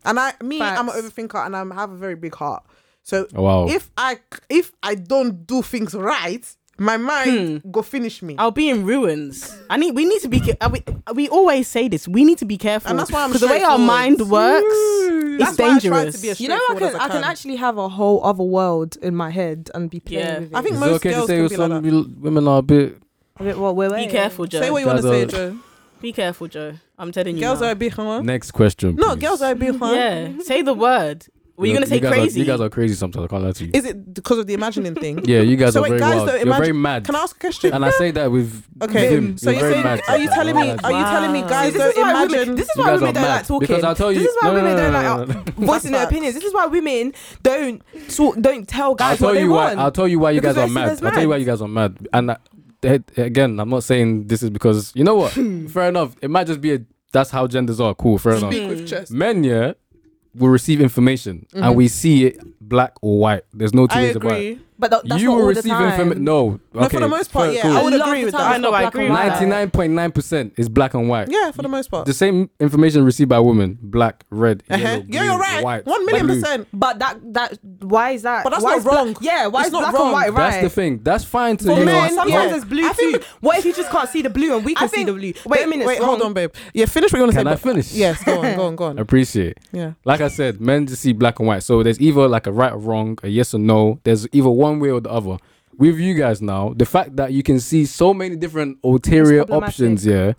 And I, me, I'm an
Facts.
overthinker and I have a very big heart. So
Oh, wow.
if I if I don't do things right, my mind go finish me.
I'll be in ruins. I need. We need to be. ca- uh, We, uh, we always say this. We need to be careful.
And that's why I'm
the way our
straightforward.
mind works,
That's
it's
why I try to
dangerous.
be as
You know, I
straightforward
can,
as I
I can
can.
actually have a whole other world in my head and be playing
Yeah.
with it.
I think
Is it
most
okay to
girls
say
can be
some
like that.
l- women are a bit.
A bit, well, we're
be careful, Joe.
Say what you want to
Guys
say,
are-
Joe.
be careful, Joe. I'm telling you.
Girls
now.
are a bit huh?
Next question.
No,
please.
girls are a bit huh?
Yeah. Say the word. Were you gonna say
guys are-
crazy?
you guys are crazy sometimes. I can't lie to you.
Is it because of the imagining thing?
(laughs) yeah, you guys
So
are
wait,
very
guys,
wild.
though,
You're
imagine-
very mad.
Can I ask a question?
and I say that with
Okay.
Vim.
So
you're
you're
very
saying,
mad
are you telling me?
sometimes.
Are you telling me,
Wow.
guys?
See, this
Don't
is why
imagine.
women. This is
You
why
guys
women
are
don't
mad.
like talking.
Because I'll tell you-
This is why
no, no,
women
no,
don't
no,
like
no,
uh,
no,
voicing
no.
their
That's facts.
opinions. This is why women don't talk, don't tell
I'll
guys
tell
what they
you why.
want.
I'll tell you why you
Because
guys are
they see
mad.
us
I'll tell you
mad.
why you guys are mad. And I, eh, again, I'm not saying this is because you know what. fair enough. It might just be a, that's how genders are. Cool. Fair enough.
Speak with chest.
Men, yeah, will receive information and we see it black or white. There's no two
I
ways about it.
agree.
but tha- that's
you
not
will
all
receive
the time.
information. No, okay,
No, for the most part,
fair,
yeah,
cool.
I would
A lot
agree
of
with
the time
that.
I
it's
know,
not
I
black
agree
and
with
white.
that.
99.9% is black and white.
Yeah, for the most part.
The same information received by women, black, red,
Uh-huh.
yellow,
Yeah,
green,
you're right.
white,
One million
blue.
percent.
But that that why is that?
But that's
why
not
is black-
wrong.
yeah, why
It's
is
not
black
wrong.
and white right?
That's the thing. That's fine to
For
you
men,
know.
sometimes
yeah.
there's blue
I think-
too. What if you just can't see the blue and we can see the blue?
Wait,
Them in it's
wait,
wrong.
hold on, babe. Yeah, finish what you want to say.
Can I
but-
finish?
Yes, go on, go on, go
(laughs)
on.
Appreciate.
Yeah.
Like I said, men just see black and white. So there's either like a right or wrong, a yes or no. There's either one way or the other. With you guys now, the fact that you can see so many different ulterior
problematic.
options, yeah.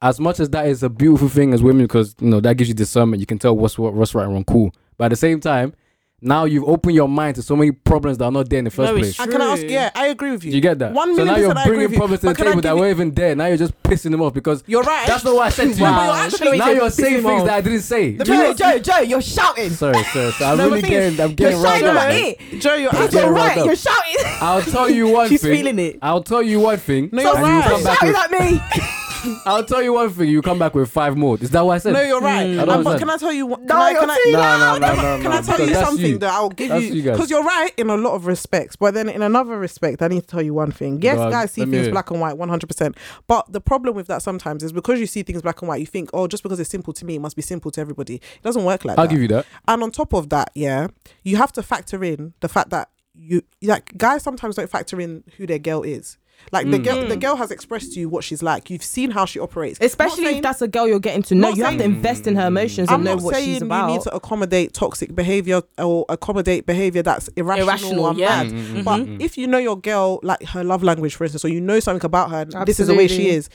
As much as that is a beautiful thing as women, because you know that gives you discernment, you can tell what's what, what's right and wrong. Cool. But at the same time, now you've opened your mind to so many problems that are not there in the first
No, it's
place.
true.
And can I ask? Yeah, I agree with you.
Do you get that?
One
so
million
now you're
percent I agree
bringing
with you.
problems to the
But can I
table that
give you-
weren't even there. Now you're just pissing them off because
You're right.
that's not what I said to you.
Wow. But you're actually-
Now you're saying things that I didn't say.
The
Joe,
thing is-
Joe, Joe, you're shouting.
Sorry, sir. So I'm
No,
really
the thing is,
getting, I'm
You're
getting riled
shouting
up,
about
man.
it.
Joe, you're actually
That's
You're
getting riled
right.
up.
You're shouting.
I'll tell you one
She's
thing.
feeling it.
I'll tell you one thing.
No, you're
and
right.
You come back
Shouting
with,
at me.
I'll tell you one thing. You come back with five more. Is that what I said?
No, you're right.
I don't
Um, but
understand.
can I tell you? what- Can
No,
I,
you're
can I,
too
No, no,
loud.
no, no, no.
can I tell
because
you
that's
something that I'll give
That's
you?
you guys.
Because you are right in a lot of respects, but then in another respect, I need to tell you one thing. Yes,
Go on,
guys see
let me
things
hear.
black and white, one hundred percent. But the problem with that sometimes is because you see things black and white, you think, oh, just because it's simple to me, it must be simple to everybody. It doesn't work like
I'll
that.
give you that.
And on top of that, yeah, you have to factor in the fact that you like guys sometimes don't factor in who their girl is. Like
Mm.
the girl,
Mm.
the girl has expressed to you what she's like. You've seen how she operates. Not
Especially
saying-
if that's a girl you're getting to know,
Not
you have to
saying-
invest in her emotions
I'm
and know
not
what
saying
she's
you need
about.
to accommodate toxic behavior or accommodate behavior that's irrational,
Irrational,
or
yeah.
mad. But
Mm-hmm.
if you know your girl, like her love language, for instance, or you know something about her, this is the way she
Absolutely.
is.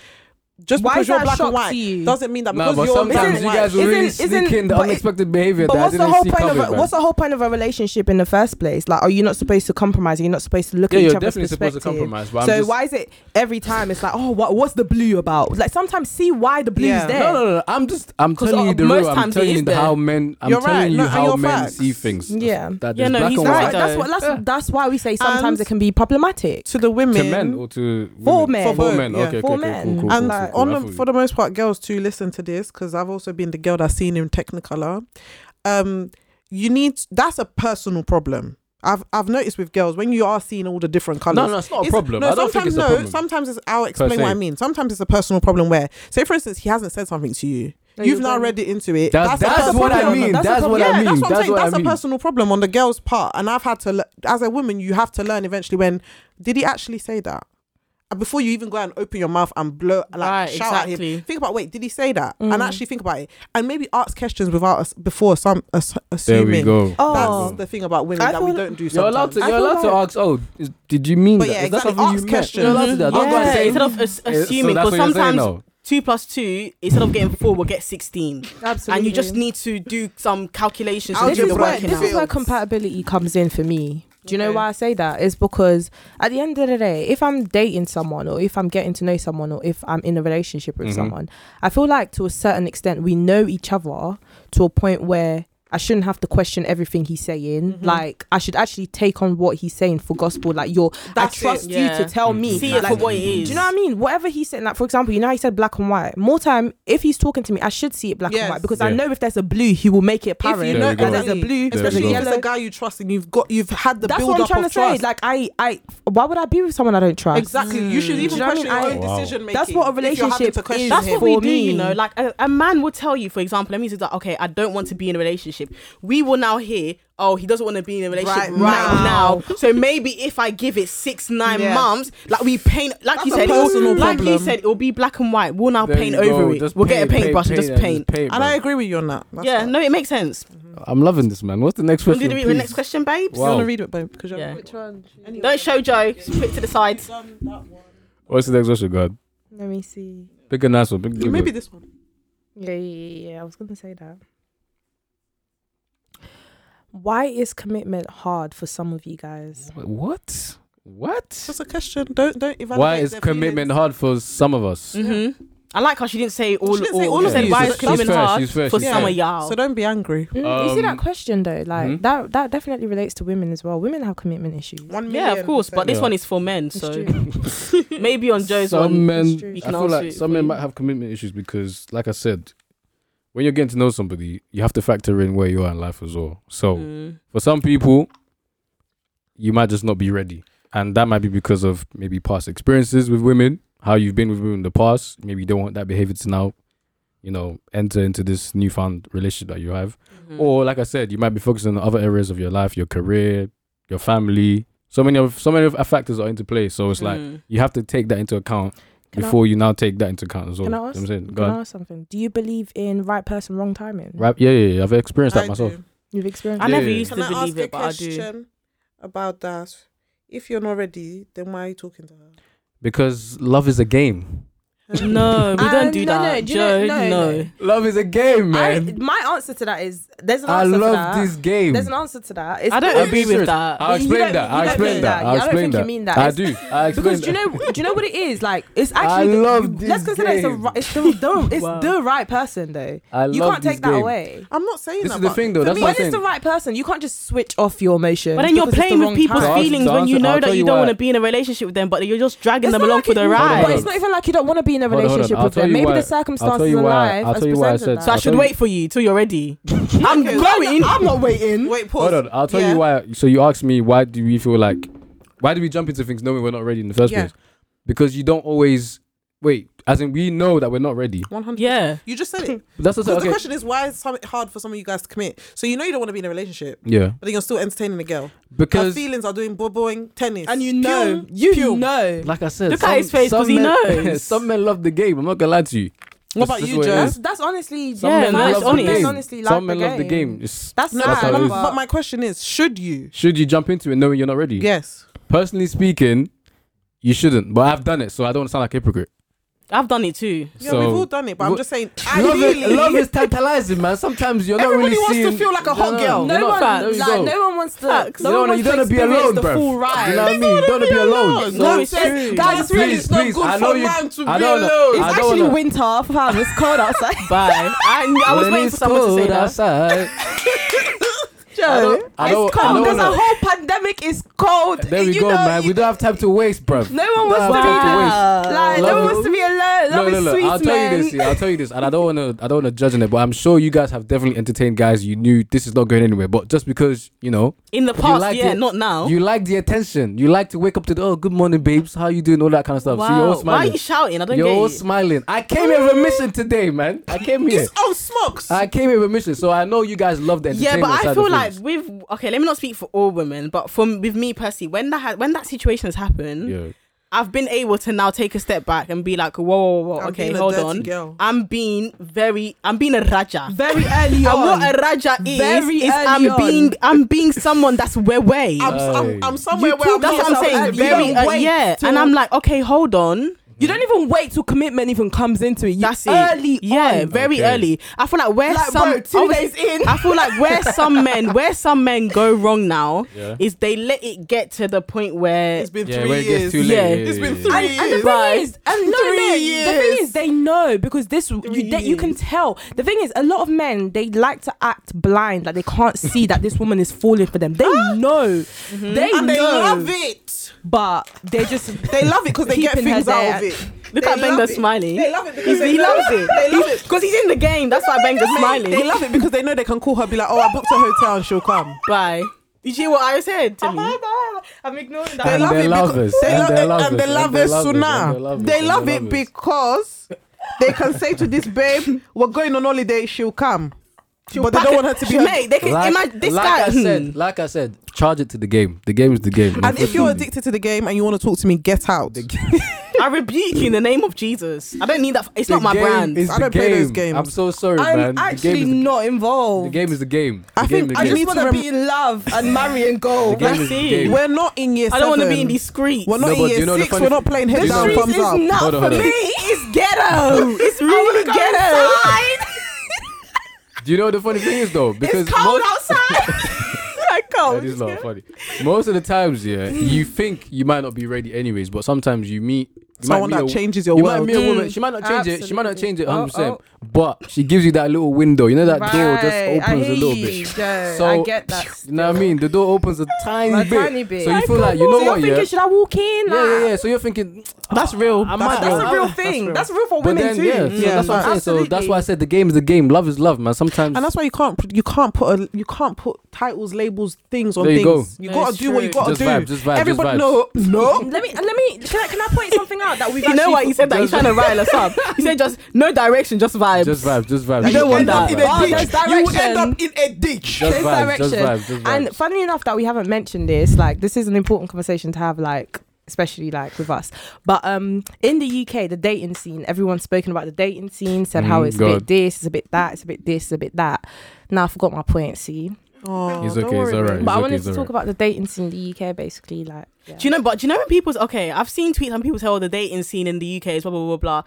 Just
Why
because
is
you're
that a
black
shock
and
to you?
white doesn't mean that
No,
because
but
you're black
sometimes
and
you
white.
guys will
Isn't-
really
isn't-
sneak in the
but it-
unexpected behavior
But
that I
what's the
didn't
whole
see
point of
coming.
a,
man.
what's the whole point of a relationship in the first place? Like, are you not supposed to compromise? Are you not supposed to look
Yeah,
at each
you're
other's
definitely supposed to
perspective?
compromise. But I'm
so
just,
why is it every time it's like, oh, what, what's the blue about? Like sometimes see why the blue's
Yeah.
there.
No, no, no. I'm just. I'm
'Cause,
telling
uh,
you the
most
real. I'm
times it
telling
is
you the
there.
how men. I'm
You're right.
telling you
No, and
how
you're
men
facts.
see things.
Yeah.
That
Yeah,
there's
no,
black
he's
and
right.
white.
That's, that's what that's that's why we say sometimes it
And-
can be problematic.
To the women,
To men or to
For
women?
men.
For
For both,
men.
yeah.
Okay, okay,
For
okay,
men.
Cool, cool,
and
cool, cool,
on
I
the,
feel you.
for the most part, girls too listen to this because I've also been the girl that's seen in Technicolor. Um, you need that's a personal problem. I've I've noticed with girls when you are seeing all the different colors.
No, no, it's not a problem.
No,
I don't
sometimes
think it's a
no.
problem.
Sometimes it's. I'll explain what
se.
I mean. Sometimes it's a personal problem where, say, for instance, he hasn't said something to you. You've now read it into it.
That-
a
that's
personal
what I
problem.
mean.
That's a
That's what
problem.
I
yeah,
mean.
that's what I'm
That's
saying.
what I
That's a
mean.
personal problem on the girl's part, and I've had to, le- as a woman, you have to learn eventually. When did he actually say that? And Before you even go and open your mouth and blow, like
Right,
shout at him.
exactly.
Think about wait, did he say that?
Mm.
And actually think about it, and maybe ask questions without us before some ass-
There
assuming.
we go.
That's
Oh.
the thing about women
I
that we
thought-
don't do.
You're allowed to.
sometimes.
You're
feel
allowed to ask. Oh, is, did you mean
But
that?
yeah,
Is that
exactly.
something you
Ask
meant?
questions.
You're allowed to do that. Don't go and
Yeah,
say-
instead
(laughs)
of as-
Eh, so
assuming,
that's
because
what you're saying
sometimes
now.
two plus two instead of getting four, we'll get sixteen,
Absolutely.
and you just need to do some calculations.
This
to
is
get it
where-
working
this
out.
is where
compatibility comes in for me. Do you know
Okay.
why I say that? It's because at the end of the day, if I'm dating someone or if I'm getting to know someone or if I'm in a relationship with
Mhm.
someone, I feel like to a certain extent we know each other to a point where I shouldn't have to question everything he's saying.
Mm-hmm.
Mhm.
Like I should actually take on what he's saying for gospel. Like you're,
That's
I
it,
trust you
yeah.
to
Mm-hmm.
tell me.
See it
like,
for what it
Do you
do
is.
you know what I mean? Whatever he's saying, like for example, you know how he said black and white. More time, if he's talking to me, I should see it black
Yes.
and white because I
Yeah.
know if there's a blue, he will make it apparent.
If you
There
know
we go.
that there's a blue,
There we
there's a
go.
especially if it's
yellow.
a guy you trust and you've got you've had the
That's
build
what I'm
up
trying
of
to
trust.
say. Like I, I, why would I be with someone I don't trust?
exactly, you should
Mm.
even
Do you know what I
question
mean?
your
I-
own
Wow.
decision making.
That's what a
if you're having
relationship
to question
is.
That's
him.
what we
For
do,
me.
you know. Like a, a man will tell you, for example, let me say that. Okay, I don't want to be in a relationship. We will now hear, oh, he doesn't want to be in a relationship
Right
right,
now.
now.
(laughs)
So maybe if I give it six, nine
Yeah.
months, like we paint, like you
That's a
said, it'll-
personal
like you
problem.
said, it'll be black and white. We'll now
There
paint
you go.
over it.
Just
we'll get a
paint,
paintbrush and just paint.
And I
bro.
agree with you on that. That's
yeah,
fine.
no, it makes sense.
I'm loving this, man. What's the next
Well,
question?
did we read the
please?
next question, babes?
You want
Wow.
to read it, babe? Because you're
Yeah.
Which one?
Don't show Joe. Just Put it to the side.
(laughs)
What's the next question, God?
Let me see.
Pick a nice one. Pick a good
Maybe
one.
this one.
Yeah, yeah, yeah, yeah. I was gonna say that. Why is commitment hard for some of you guys?
What? What?
Just a question. Don't don't evaluate.
Why is
their
commitment
feelings.
hard for some of us?
hmm I like how she didn't say all.
She didn't say
all.
all
She
of
said,
you.
why
She's-
is commitment
she's fair,
hard
she's fair,
for
she's
some
fair.
of y'all?
So don't be angry.
Mm, you see that
Um,
question though, like
mhm.
that that definitely relates to women as well. Women have commitment issues.
One million.
yeah, of course. But this
Yeah.
one is for men,
It's (laughs)
so
true.
(laughs) maybe on Joe's
some
one.
men,
true.
you
I
can
feel
answer
like
it
some
for
men
you.
might have commitment issues because, like I said, when you're getting to know somebody, you have to factor in where you are in life as well. So
Mm.
for some people, you might just not be ready, and that might be because of maybe past experiences with women, how you've been with women in the past. Maybe you don't want that behavior to now, you know, enter into this newfound relationship that you have. Mm-hmm. Or
Mm.
like I said, you might be focusing on other areas of your life, your career, your family. So many of so many of factors are into play. So it's like
Mm.
you have to take that into account
Can I-
before you now take that into account as well.
Can I
You know what
ask-
I'm saying?
Can
Go
I
on.
ask something? Do you believe in right person, wrong timing?
Right? Yeah, yeah, yeah. I've experienced that myself.
You've experienced.
I
Yeah.
never used
Can
to
I ask
believe
a
it, but I do.
question about that? If you're not ready, then why are you talking to her?
Because love is a game.
Huh?
No, we
Uh,
don't do
no, no,
that,
do you know-
Joe.
no,
No,
no.
Love is a game,
I,
man.
my answer to that is there's an
I,
answer for
love
that.
this game.
There's an answer to that. It's
I don't
I'm
agree
being
with
serious.
that.
I'll
You- you
explain
don't-
that.
you
I'll
don't
explain
mean
that.
that.
I'll
I don't
explain
think you
that.
mean that.
I
It's-
do. I explain
because do you
that.
know do you know what it is like it's
I
actually the-
love
you-
this
let's consider it's, the,
game.
ri- it's, the,
(laughs)
the, it's
Wow.
the right person though
(laughs) I
you
love
can't
this
take that
game.
away
I'm not saying
This
that.
is the
but
thing, though.
for
That's
me,
what
when
I'm saying.
it's the right person you can't just switch off your emotions
But then you're
because it's the
playing
wrong
with people's
time.
To answer-
feelings
to
when you
answer- I'll
know
tell
that
you
you don't
why-
want to be in a relationship with them, but you're just dragging
It's
them
not
along
like
for
you-
the
but
ride.
it's not even like you don't want to be in a
Hold on, hold on.
relationship
I'll
with
tell
them
you
maybe
why-
the
I'll tell you
circumstances in
why-
life
I'll
has
tell you why I
presented
said
that.
So I
I'll
should
tell you-
wait for you till
(laughs)
you're ready. I'm
Okay.
going.
I'm not waiting.
Wait, pause.
Hold on. I'll tell
Yeah.
you why. So you asked me why do we feel like why do we jump into things knowing we're not ready in the first
Yeah.
place? Because you don't always wait. As in, we know that we're not ready.
100.
Yeah.
You just said it. Because
That's what
the
I'm saying. Okay.
question is, why is some- it hard for some of you guys to commit? So you know you don't want to be in a relationship,
Yeah.
but then you're still entertaining a girl. Her
Because
feelings are doing boboing tennis,
and you know you know
like I said,
Look at his face 'cause he
men-
knows.
(laughs) some men love the game. I'm not gonna lie to you.
What
This-
about
this
you,
is what it
Joe?
is.
that's, that's honestly
Yeah,
yeah,
no,
that's
it's honest.
honest.
Some
honestly like
some men love the game. It's,
that's
No,
That's
sad
how it
but,
is.
but my question is, should you?
should you jump into it knowing you're not ready?
Yes.
Personally speaking, you shouldn't. But I've done it, so I don't sound like a hypocrite.
I've done it too.
Yeah,
so
we've all done it, but I'm
What-
just saying,
(laughs) love,
ideally,
is, love is tantalizing, man. Sometimes you're
Everybody
not really
wants to
seeing.
feel like a hot
No,
girl.
you're
no
not-
one,
there you
like,
go.
no one wants to.
Facts.
No
You
one
don't-
wants
you
to
don't wanna be
experience
alone,
the
bruv.
full ride.
You know what I mean? Don't be alone.
No, it's
it's-
true.
guys,
Guys, really, it's not
please,
good
I
for
know you-
man to
I
be
don't know.
alone.
It's
I don't
actually
wanna-
winter. Fam. It's cold outside.
Bye.
(laughs)
I, I was
When
waiting
it's
for someone to say
cold
that.
outside.
Joe,
I don't-
it's
I
cold.
don't
There's a
wanna-
whole pandemic. It's cold.
(laughs) There we
you
go,
know,
man.
you-
(laughs)
We don't have time to waste, bruv.
no one
Don't
wants to
have
be
time to waste.
like. No
Love
one
is-
wants to be alone. No,
No, look, look, look. I'll tell you this. yeah, I'll tell you this, and I don't want to. I don't want to judge on it, but I'm sure you guys have definitely entertained guys you knew this is not going anywhere. But just because you know
In the past,
liked
yeah,
it.
not now.
you like the attention, you like to wake up to the oh good morning babes, how you doing, all that kind of stuff. So you're
Wow. Why
all
are
smiling.
you shouting? I don't
You're
get
all
it.
smiling. I came here with a mission today, man. I came here.
It's oh smokes.
I came here with a mission, so I know you guys love the
yeah,
entertainment.
but
side
I
of
feel like
things.
with okay, let me not speak for all women, but from with me personally, when that ha- when that situation has happened,
yeah.
I've been able to now take a step back and be like, whoa, whoa, whoa, whoa
I'm
okay,
being a
hold
dirty
on.
girl.
I'm being very, I'm being a raja.
Very early
and
on.
what a raja is,
Very
is
early
I'm
on.
being, I'm being someone that's where way.
I'm,
Hey.
I'm, I'm somewhere where I'm
That's
not-
what I'm saying.
You
Very,
don't
uh,
wait
yeah.
till-
And I'm like, okay, hold on.
You don't even wait till commitment even comes into it. You
That's
early
it. Yeah,
on.
very
Okay.
early. I feel like where
Like,
some
bro, two
obviously-
days in.
I feel like where some men, where some men go wrong now,
Yeah.
is they let it get to the point where
It's been
Yeah,
three
when it gets
years.
too
Yeah.
late.
It's been
yeah,
three
yeah.
And, and the
years.
thing is, and no,
Three
no, the
years.
thing is, they know because this you,
Three
that you can
years.
tell. The thing is, a lot of men they like to act blind, like they can't see that this woman is falling for them. They know, they
and they
know,
love it.
but they just
They love it because they get
Keeping her
things out of
there.
it.
Look
They
at
love
Benga
it.
smiling.
They love it because
He's-
they
he
know-
loves it.
They love it.
because he's in the game. That's why Benga's smiling.
They love it because they know they can call her, be like, "Oh, I booked a hotel and she'll come."
Bye. Did you hear what I said to me?
I'm ignoring
They
And
love
they're
it
lovers,
because they
and
love
they're
it, and they
lovers,
love
and they're
it,
lovers, and they're
Suna.
lovers,
They
and
love
they're
it
lovers.
because they can say to this babe, "We're going on holiday. She'll come." but they
Back-
don't want her to be.
Mate, they can imagine this
like
guy.
I
hmm.
said, like I said, charge it to the game. The game is the game.
and if you're addicted to the game and you want to talk to me, get out.
I rebuke you in the name of Jesus. I don't need that. It's
The
not my
game
brand.
Is
I
the
don't
game.
play those games.
I'm so sorry, man.
I'm
The game
actually
is the,
not
the
involved.
game is the game.
I
The
think
game
I
is the
need
I
to
game.
just want to
rem-
be in love and marry and
The (laughs)
go.
game is
That's
the
it.
game.
We're not in year.
I don't want to
seven.
be indiscreet.
We're not
No,
in
but
year
you know the
six.
funny
We're
thing-
not playing
The
head down,
streets
thumbs
This
up.
is not
Hold on,
for
hold on.
me. It's (laughs) ghetto.
Oh, it's really
wanna go
ghetto.
Do you know what the funny thing is though? Because
It's cold
most,
outside. (laughs) I
that is not funny. Most of the times, yeah, you think you might not be ready anyways, but sometimes you meet you might
Someone
meet
that
a-
changes your
you might
world.
meet a woman.
Mm,
She might not change it. She might not
absolutely.
change it
Oh,
100. percent
oh.
But she gives you that little window. You know that door just
Right, I
opens a
hear
little
you.
bit.
Yeah,
So
I get that.
(laughs) You know what I mean? The door opens a tiny,
A
bit.
tiny bit.
So you
I
feel like you know
so
what?
You're
Yeah.
thinking, should I walk in?
Yeah, yeah, yeah. So you're thinking "Ah, that's real. I might
That's, a
go out.
real thing. That's real, for
But
women
then,
too. Mm.
yeah, so
Yeah.
that's what I'm saying. So that's why I said the game is the game. Love is love, man. Sometimes
And that's why you can't put- you can't put a, you can't put titles, labels, things on
There you go.
things. You
No,
gotta
it's
do what you
true.
gotta
just
do.
vibe, just vibe, just
Everybody
vibe.
no no.
Let me let me can I, can I point something out that we've
You know
actually-
why you said that? He's
Just-
trying to rile us up. He said just no direction, just vibes.
Just vibe, just vibe.
You don't want
end up
that.
in
Oh,
a
there's
ditch. You would end
direction.
up in a ditch.
Just
There's
vibes, just
direction.
vibes, just vibes.
And funny enough that we haven't mentioned this, like this is an important conversation to have, like especially like with us. But um in the UK, the dating scene, everyone's spoken about the dating scene, said how
Mm,
it's a
God.
bit this, it's a bit that, it's a bit this, it's a bit that. Now I forgot my point, see.
Oh,
It's
don't
okay,
worry,
it's alright.
babe.
But I
okay,
wanted
it's
to
alright.
talk about the dating scene in the UK basically, like yeah.
Do you know? But do you know when people's okay? I've seen tweets and people say, "Oh, the dating scene in the UK is blah blah blah blah."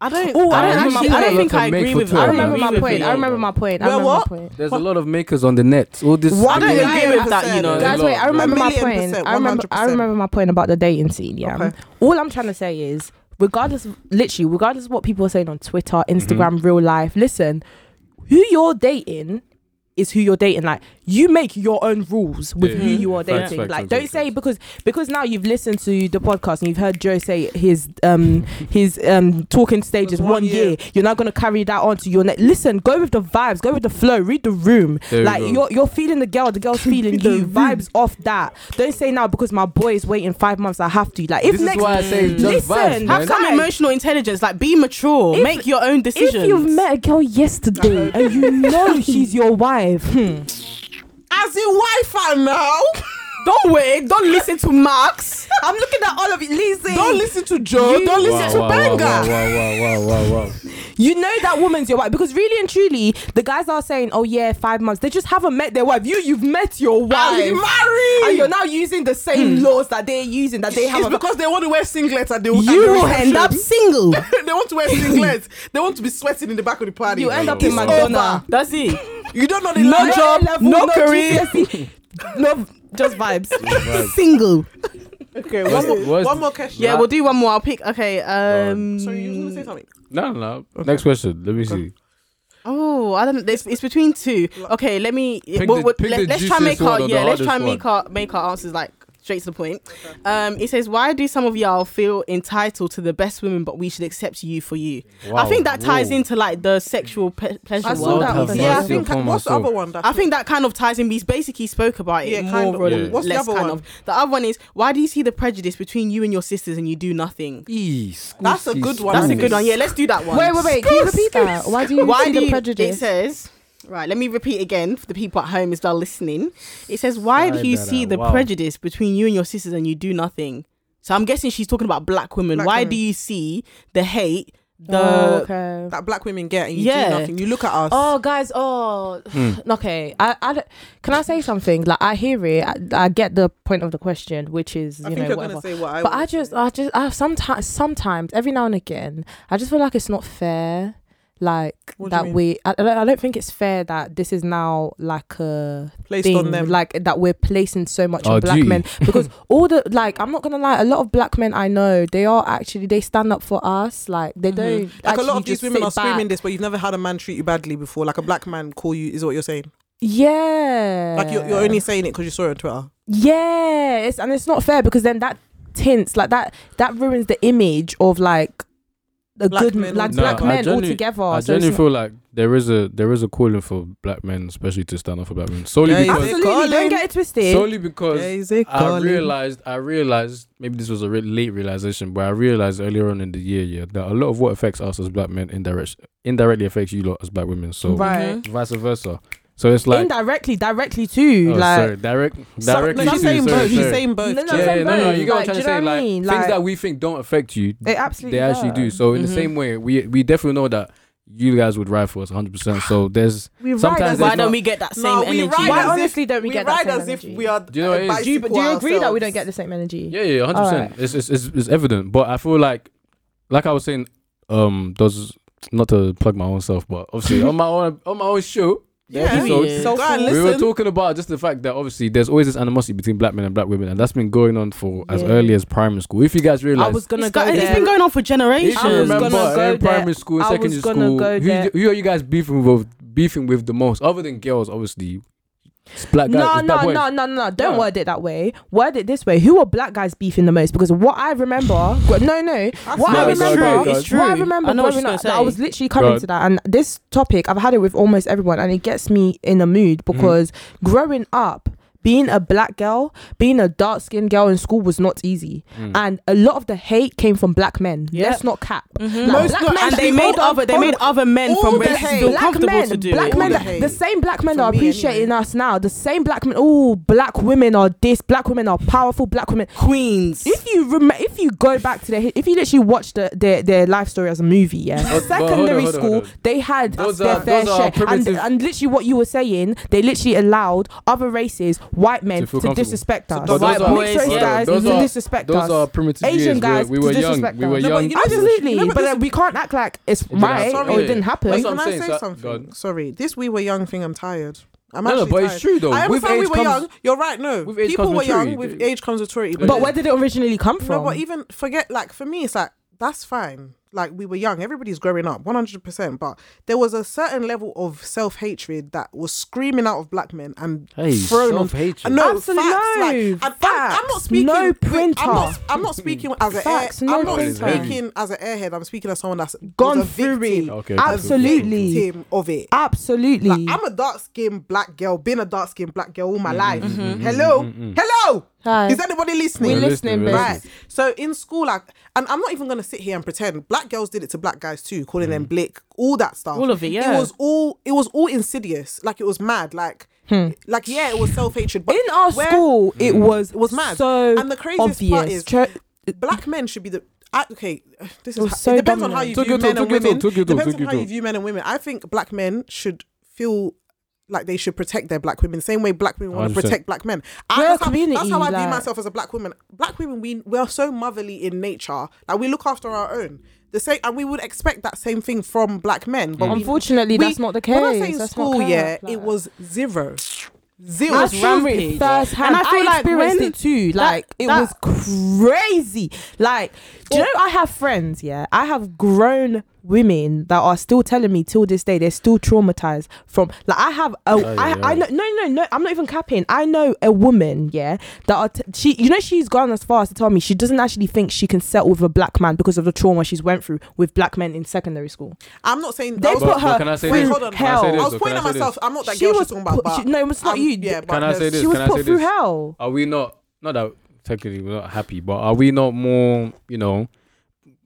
I don't.
Ooh,
I
I
don't
remember
actually.
my
I don't
point.
think I
Look at
agree
Meg
with.
for
I
Twitter,
remember
man.
my
Even
point.
if
I
you-
remember my point. I
Well,
remember
what?
my point.
There's a lot of makers on the net. All this.
Why
I don't
Yeah,
agree with that. You know.
yeah,
Guys,
a
wait,
lot.
I remember
A
my
million
point.
percent,
I remember, I
100%.
remember my point about the dating scene. Yeah.
Okay.
All I'm trying to say is, regardless, literally, regardless of what people are saying on
Mhm.
Twitter, Instagram, real life, listen, who you're dating is who you're dating. Like, you make your own rules with
Yeah,
who
yeah,
you
yeah.
are
Facts,
dating.
facts,
like,
facts,
don't
facts,
say
facts.
because because now you've listened to the podcast and you've heard Joe say his um his um talking stage is
one
one year.
year.
You're not gonna carry that on to your next. Listen, go with the vibes, go with the flow, read the room.
There we
like
go.
you're you're feeling the girl, the girl's feeling
The
you. Vibes off that. Don't say now because my boy is waiting five months. I have to. Like if
This
next,
is why I say just
listen,
vibes,
Have
man.
some
Guys,
emotional intelligence. Like, be mature.
If-
Make your own decisions.
if you've met a girl yesterday and you know she's your wife, hmm,
As in Wi-Fi now.
(laughs)
don't wait. Don't listen to Max.
I'm looking at all of it. Listen,
Don't listen to Joe.
You-
don't listen to
wow, wow,
Benga.
wow, wow, wow, wow, wow, wow.
you know that woman's your wife because really and truly, the guys are saying, "Oh yeah, five months." They just haven't met their wife. You, you've met your
Are
wife.
you married?
and you're now using the same
Hmm.
laws that they're using that they
it's
have.
because they want to wear singlets and they at the
You will end
reception.
up single.
(laughs) they want to wear singlets. they want to be sweating in the back of the party.
you end up in
It's
McDonald's.
That's it.
You don't know the
No
level.
job,
level,
no,
no
career, E. no just vibes.
Vibes.
Single.
Okay,
What's-
one more,
what's-
one more question. Mm.
Yeah, we'll do one more. I'll pick. Okay. Um.
Sorry, you want to say something?
No, no, no. Next question. Let me see.
Oh, I don't. It's, it's between two. Okay, let me.
Pick
we'll-
the-
we'll-
pick
let,
the
us try and make
juiciest one
our
or the
yeah. Let's try and
hardest
make
one.
our make our answers like straight to the point. Um, it says, "Why do some of y'all feel entitled to the best women, but we should accept you for you?" I think that ties
Whoa.
into like the sexual pe- pleasure.
I
I,
saw Lord that have one.
Yeah, I
mercy
think
upon my
what's the
soul.
other one? That
I think that kind of ties in. He's basically spoke about it
Yeah,
more
kind of.
or
Yeah.
What's the
less.
other
kind
one?
of. The other one is, "Why do you see the prejudice between you and your sisters, and you do nothing?"
Ee, school
That's a
fees,
good one.
That's a
school
good one.
fees.
Yeah, let's do that one.
Wait, wait, wait. Can you repeat that? Why do you
Why
see
do
the
you, It
prejudice?
says, right, let me repeat again for the people at home as well listening. It says, why
Sorry
do you
about
see
that.
the
Wow.
prejudice between you and your sisters and you do nothing? So I'm guessing she's talking about black women.
Black
why
women.
do you see the hate, the
oh, okay.
that black women get and you
Yeah.
do nothing. You look at us.
Oh, guys. Oh,
Hmm.
okay. I, I, don't- can I say something? Like, I hear it. I, I get the point of the question, which is, you
I think
know,
you're
whatever.
gonna say what I.
but I
would
just,
say.
I just, I sometimes, sometimes, every now and again, I just feel like it's not fair. Like
What do you
that
mean?
we, I, I don't- I don't think it's fair that this is now like a
placed
thing,
on them.
like that we're placing so much
Oh,
on black
gee.
men
(laughs)
because all the like, I'm not gonna lie, a lot of black men I know, they are actually they stand up for us. Like they
Mhm.
don't.
Mm-hmm. like a
actually
lot of these
just
women
sit
are screaming
back.
this, but you've never had a man treat you badly before. Like a black man call you is what you're saying.
Yeah.
Like you're, you're only saying it because you saw it on Twitter.
Yeah, it's, and it's not fair because then that tints like that that ruins the image of like the
Black
good
men
like
No,
black
I
men
genuinely-
altogether.
I
so it's
genuinely
not-
feel like there is a there is a calling for black men, especially to stand up for black men, solely
Yeah, yeah.
because
absolutely
Colin.
don't get it twisted.
solely because
Is it
I realized I realized maybe this was a re- late realization, but I realized earlier on in the year, yeah, that a lot of what affects us as black men indirect, indirectly affects you lot as black women. So
Mm-hmm.
right.
vice versa. So it's like
Indirectly, directly too.
oh,
like
sorry, direct
So-
directly.
No, she's
too,
saying
sorry,
both. She's
sorry.
saying both.
No, no,
yeah,
I'm
Jay.
saying
yeah, no, no,
both.
you get
Like,
what I'm
do you know
trying to
what I
say. Like
mean?
things
Like-
that we think don't affect you,
They absolutely Mm-hmm.
they actually
don't.
do. So in
Mhm.
the same way, we we definitely know that you guys would ride for us 100. percent
(sighs)
So there's
we
sometimes
as
why
there's
don't
not-
we get that same
No, we
energy?
ride
Why
as if-
honestly don't we,
we
get
ride
that same
as if
energy?
we are.
Do you know what it is?
Do you, do you agree that we don't get
this?
the same energy?
Yeah, yeah, hundred percent.
Alright.
It's, it's it's it's evident, but I feel like, like I was saying, um, does not to plug my own self, but obviously on my own on my own show,
Yeah.
episode,
Yeah.
So
So
go and
cool.
we were
listen.
talking about just the fact that obviously there's always this animosity between black men and black women, and that's been going on for as
Yeah.
early as primary school. If you guys
I
realize,
was gonna
It's
go
got- it's
there.
been going on for
if
generations.
you
I was
remember
gonna go
in primary
there.
school,
I was
secondary
gonna
school,
go
who,
there.
who are you guys beefing with? Beefing with the most, other than girls, obviously. It's black guys.
No,
it's black
no,
boys.
no, no, no, no. Don't
Yeah.
word it that way. Word it this way. Who are black guys beefing the most? Because what I remember, gr- no, no. What
not
I
a good
remember,
idea, guys.
what I
True.
remember
I know what
growing
you're
up,
gonna
like, I
say.
was literally coming
Right.
to that. And this topic, I've had it with almost everyone, and it gets me in a mood because growing up, being a black girl, being a dark skinned girl in school was not easy.
Mm.
And a lot of the hate came from black men. Let's not cap. Like,
Mhm.
Most
black
not-
men
and they
should-
made
hold on,
other they
hold
made
on
other men
All
from
the
races
hate.
feel
black
comfortable
men,
to do
black
it.
men,
All the
that-
hate.
the, same black men
From
are
me
appreciating
anyway.
us now. The same black men, oh, black women are this, black women are powerful, black women.
Queens.
If you rem- if you go back to their, hi- if you literally watch the, their their life story as a movie, yeah,
Oh, But- but hold on,
secondary
hold on,
school
hold on.
they had
Those
their
are-
fair
those are
share, and,
primitive-
and literally what you were saying, they literally allowed other races, white men,
To
to,
feel comfortable.
disrespect us,
those
white
are-
mixed race
those are-
guys
those
to
are-
disrespect
Those
us.
are primitive
Asian
years. We were-
guys
we were
to
young.
disrespect
We were
us.
No, but
young.
you know this-
Absolutely,
no, but
but
this-
uh, we can't act like it's
didn't
right
happen.
or
Yeah.
it didn't happen.
Wait,
That's what
can
I'm
I
saying,
say
so-
something?
God.
Sorry, this we were young thing. I'm tired. I'm
No, no,
actually
but
tired.
it's true though.
I
With
understand
age
we were
comes
young. You're right. No,
With age
people
comes
were young.
maturity.
With age comes maturity.
But
But
yeah.
where did it originally come from?
No, but even forget like for me, it's like that's fine. Like we were young, everybody's growing up, one hundred percent. But there was a certain level of self hatred that was screaming out of black men and
Hey,
thrown on.
self-hatred.
No,
Absolutely
facts, like,
no,
and I'm, I'm not
facts,
speaking.
no
wait,
printer.
I'm not, I'm not speaking as an air,
Facts, no
I'm not
printer.
speaking as an airhead. I'm speaking as someone that's was a
gone
victim,
through it.
Okay, cool,
absolutely,
victim of it.
absolutely.
Like, I'm a dark skinned black girl, been a dark skinned black girl all
Mm-hmm,
my life. Hello, hello.
Hi.
Is anybody listening?
We're listening,
listening,
babe.
mm-hmm, we're
Right. So in school, like, and I'm not even gonna sit here and pretend. Black girls did it to black guys too, calling them blick, all that stuff.
All of it, yeah.
It was all. It was all insidious. Like it was mad. Like, like yeah, it was self hatred. But
in our
where- Mm.
school, it was
it was mad.
So
and the craziest
obvious.
part is,
Tra-
black men should be the. I, okay, this is
was
it
so
depends on how
dominant.
you
Took
view
it
men
all,
and
took it all,
women.
took it all,
Depends
took
on
it
how you
all.
view men and women. I think black men should feel like they should protect their black women, same way black women want to
100%.
protect black men. I,
We're a
that's, how, that's
community,
how I view
like-
myself as a black woman. Black women, we we are so motherly in nature. Like we look after our own. The same, and we would expect that same thing from black men. But we-
Mm. unfortunately,
Mm. we-
that's not the case.
When I say
That's
in
not
school,
correct,
yeah,
like-
it was zero.
Zero.
I
It's
truth
rampage.
First hand,
And I
I,
feel like
experienced
when-
it too.
that-
Like it
that-
was crazy. Like do you know I have friends, yeah. I have grown women that are still telling me till this day they're still traumatized from like I have a
Aye,
I,
aye.
I know no no no I'm not even capping. I know a woman, yeah, that are t- she you know she's gone as far as to tell me she doesn't actually think she can settle with a black man because of the trauma she's went through with black men in secondary school.
I'm not saying
They
I was,
put her
can I say
Wait,
this?
hold on.
Can I say
Hell.
I
this,
was
though? Can
pointing at
say this?
myself. I'm not that girl she's talking about.
put-
but
she- no, it's not
I'm-
you.
Yeah, but
Can I
no,
say this?
she was
Can I say
put through
this?
hell.
Are we not? Not that technically we're not happy, but are we not more? You know,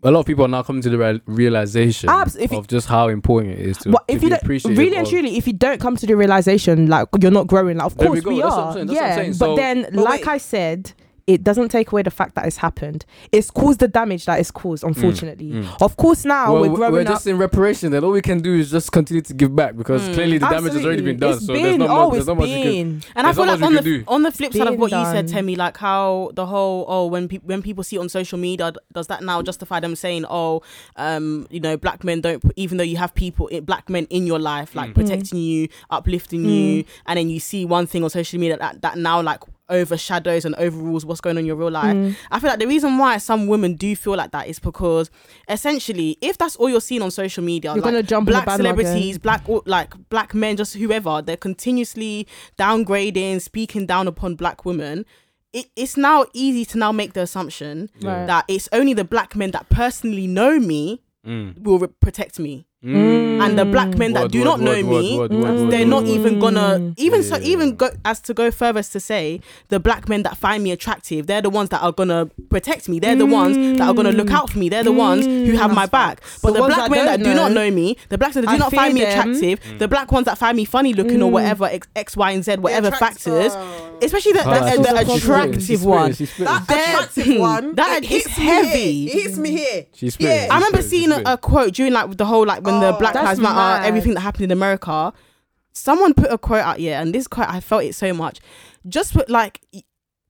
a lot of people are now coming to the real realization
Abs- if you-
of just how important it is to,
But
to
if
be
you don't,
appreciated
really and
of-
truly, if you don't come to the realization, like you're not growing, like of
There we
course
go,
we
that's what I'm
are,
saying, that's what I'm
yeah.
saying, so-
but then,
But
like
wait.
I said, it doesn't take away the fact that it's happened. It's caused the damage that it's caused, unfortunately.
mm.
Of course, now
Well,
we're growing up.
just in reparation. Then all we can do is just continue to give back because
Mm.
clearly the damage has already been done.
It's
so there's
been,
not,
oh,
much, there's
it's
not much you can.
been.
And I
There's
feel
not
like
much
on
we
the
can do.
on the flip side of
Being
what you
done.
said, Temi, like how the whole oh when people when people see it on social media, d- does that now justify them saying oh um you know black men don't put- even though you have people i- black men in your life like
Mm.
protecting you, uplifting you,
Mm.
and then you see one thing on social media that that now like overshadows and overrules what's going on in your real life.
Mm.
I feel like the reason why some women do feel like that is because essentially if that's all you're seeing on social media,
You're
like,
gonna jump on the
black
bandwagon.
celebrities, black or- like black men, just whoever, they're continuously downgrading, speaking down upon black women. It, it's now easy to now make the assumption
Right.
that it's only the black men that personally know me
Mm.
will re- protect me,
Mm.
and the black men that
Word,
do
word,
not know
word,
me.
word, word, word,
Mm.
word,
They're
word,
not
word. (laughs) Ah,
even gonna even so
Yeah.
even go as to go further as to say the black men that find me attractive, they're the ones that are gonna protect me. They're the ones that are gonna
Mm.
look out for me. They're the ones who have my back. But the,
ones
black
that
men that
don't
do not
know,
know me, the blacks that do
I
not find me
fear them.
attractive, the black ones that find me funny looking or
Mm. uh,
whatever X, X, Y, and Z, whatever
attracts-
factors,
oh.
especially the, the,
Ah,
the
she's spitting, she's
attractive
spitting,
one.
she's spitting.
That
That-
attractive one.
that
it
is
hits me
heavy.
here, It hits me here.
She's
Yeah.
spitting.
I
I remember seeing a, a quote during like the whole like when the
Oh,
Black
that's
Lives Matter
mad.
everything that happened in America. Someone put a quote out, yeah, and this quote I felt it so much. Just with like y-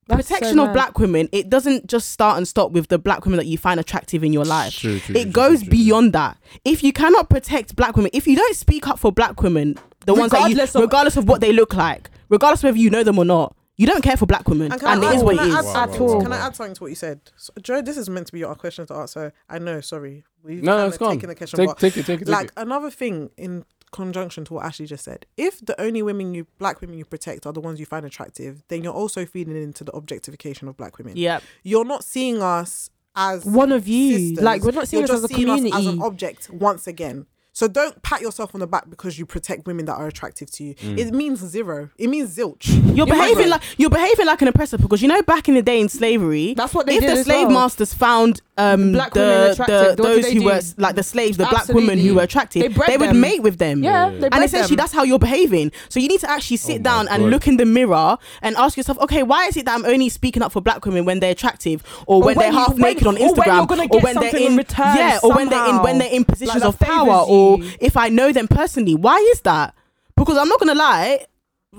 That's so
protection of
mad.
black women, it doesn't just start and stop with the black women that you find attractive in your life.
True, true,
It
true,
goes
true, true.
beyond that. If you cannot protect black women, if you don't speak up for black women, the ones that you,
Regardless of-
regardless of what they look like, regardless whether you know them or not, you don't care for black women, and,
And can I
it
add-
is what
can
it is.
I add
Wow,
at
wow,
all.
wow,
Can I
wow.
add something to what you said? So, Joe, this is meant to be your question to answer. I know, sorry. We've
No, no,
kinda
it's gone.
taken the question,
Take,
but
take it, take it, take
like
it.
another thing in conjunction to what Ashley just said, if the only women you black women you protect are the ones you find attractive, then you're also feeding into the objectification of black women.
Yep.
You're not seeing us as
One of you.
sisters.
Like we're not seeing
You're
us as a
just seeing
community.
us as an object once again. So don't pat yourself on the back because you protect women that are attractive to you.
Mm.
It means zero. It means zilch.
You're
You're
behaving
right.
like you're behaving like an oppressor because you know back in the day in slavery,
That's what they
if
did
the
as
slave
well.
masters found um,
Black women
the, the,
attractive, what did
those
they
who
do?
were like the slaves, the black women who
Absolutely.
were attractive,
They bred
they, would
them.
mate with them.
Yeah, they
And
bred
essentially,
them.
that's how you're behaving. So you need to actually
Oh
sit
my
down and
God.
look in the mirror and ask yourself, okay, why is it that I'm only speaking up for black women when they're attractive, or, when,
when
they're
you-
half
when-
naked on
or when you're
Instagram,
gonna get something in return
yeah, or when they're in when
somehow.
they're in positions
that
of power,
favours
or
you.
if I know them personally, why is that? Because I'm not gonna lie,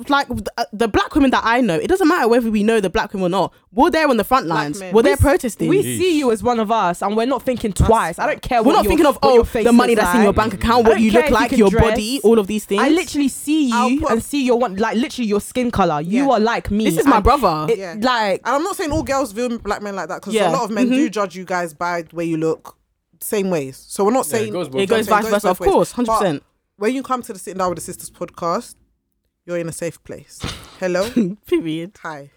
like th- uh, the black women that I know, it doesn't matter whether we know the black women or not. We're there on the front lines.
men.
We're
We
there
s-
protesting.
We
We,
Yeesh.
see you as one of us, and we're not thinking twice. I don't care.
are
what
not
your-
thinking of
what
oh
your face
the money
looks
that's
like.
in your bank account,
I
what
don't
you
care
look
if you
like,
can
your
dress.
body, all of these things.
I literally see
I'll
you
put-
and see your one, like literally your skin color. You
Yeah.
are like me.
this is
(laughs)
my
and
brother.
It,
Yeah.
Like
And I'm not saying all girls view black men like that because
Yeah.
a lot of men
Mhm.
do judge you guys by the way you look, same ways. So we're not
Yeah, it
saying
goes both
it goes
ways.
vice
back- It goes
versa, of
both ways.
course, hundred percent. (laughs)
when you come to the sitting down with the sisters podcast, you're in a safe place.
(laughs)
Hello,
Period.
hi.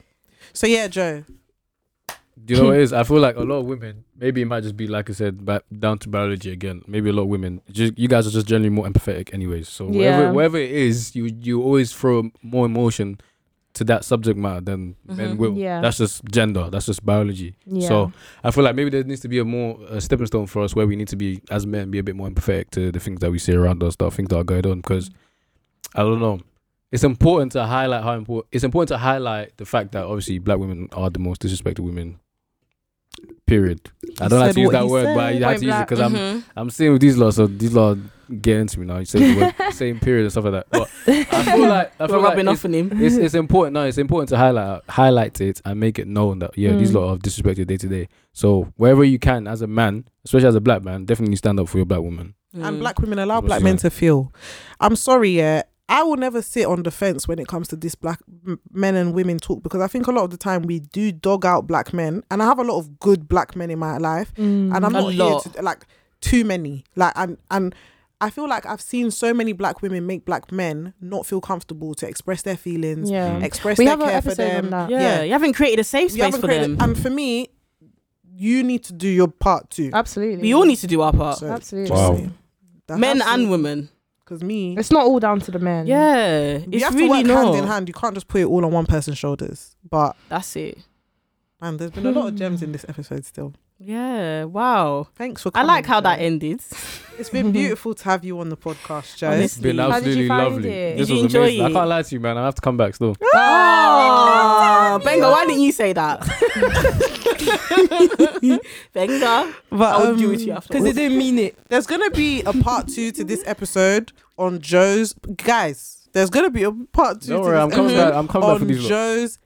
So yeah, Joe.
Do you know what it is? I feel like a lot of women, maybe it might just be like I said, back down to biology again. Maybe a lot of women, ju- you guys are just generally more empathetic, anyways. So
Yeah.
wherever, wherever it is, you you always throw more emotion to that subject matter than
Mhm.
men will.
Mm-hmm. Yeah.
That's just gender. That's just biology.
yeah.
So I feel like maybe there needs to be a more a stepping stone for us where we need to be as men be a bit more empathetic to the things that we see around us, the things that are going on. Because I don't know, it's important to highlight how important it's important to highlight the fact that obviously black women are the most disrespected women. Period. I don't like
said
to use
what
that
you
word, but I
said, mm-hmm.
have
point
to use it
blank.
because um, I'm
Mm-hmm.
I'm seeing with these laws, so these laws get into me now. You say the
(laughs)
word, (laughs) same period and stuff like that. But I feel like I
We're
feel like
rubbing
it's-
off on him.
(laughs) it's, it's important. No, it's important to highlight highlight it and make it known that yeah, these
Mm.
lot of disrespected day to day. So wherever you can, as a man, especially as a
Mm.
black man, definitely stand up for your black woman.
and black women allow
What's
black men
that?
to feel. I'm sorry, yeah. I will never sit on the fence when it comes to this black m- men and women talk because I think a lot of the time we do dog out black men, and I have a lot of good black men in my life, and
Mm.
I'm
Mm, A
not
lot.
here to like too many. Like and and I feel like I've seen so many black women make black men not feel comfortable to express their feelings,
Yeah.
Mm.
express
We
their
have an
care for
episode
them.
on that.
Yeah, you haven't created a safe
We
space
haven't
for
created-
them.
And for me, you need to do your part too.
Absolutely.
We all need to do our part,
So,
Absolutely.
Wow.
Uh, men and women.
Because me,
It's not all down to the men.
Yeah,
you
it's
have
really
to work
not.
hand in hand. You can't just put it all on one person's shoulders. But
That's it.
man, there's been a
Hmm.
lot of gems in this episode still.
Yeah. Wow.
Thanks for.
I
Coming,
like how that
Jo. (laughs)
ended.
It's
(laughs)
been beautiful to have you on the podcast, Joe.
Honestly.
It's been
How did you
absolutely
find
lovely.
it?
This
Did
was
you enjoy
amazing. I
it?
can't lie to you, man. I have to come back still.
Ah,
Oh, Benga, why didn't you say that? (laughs) Benga,
But
I would do
um,
it to you
because
afterwards.
didn't mean it.
there's gonna be a part two to this episode on Joe's guys. There's gonna be a part two.
Don't
to
worry,
this
I'm coming
Mm-hmm.
episode
back. I'm coming back for
on
these. lot.
Joe's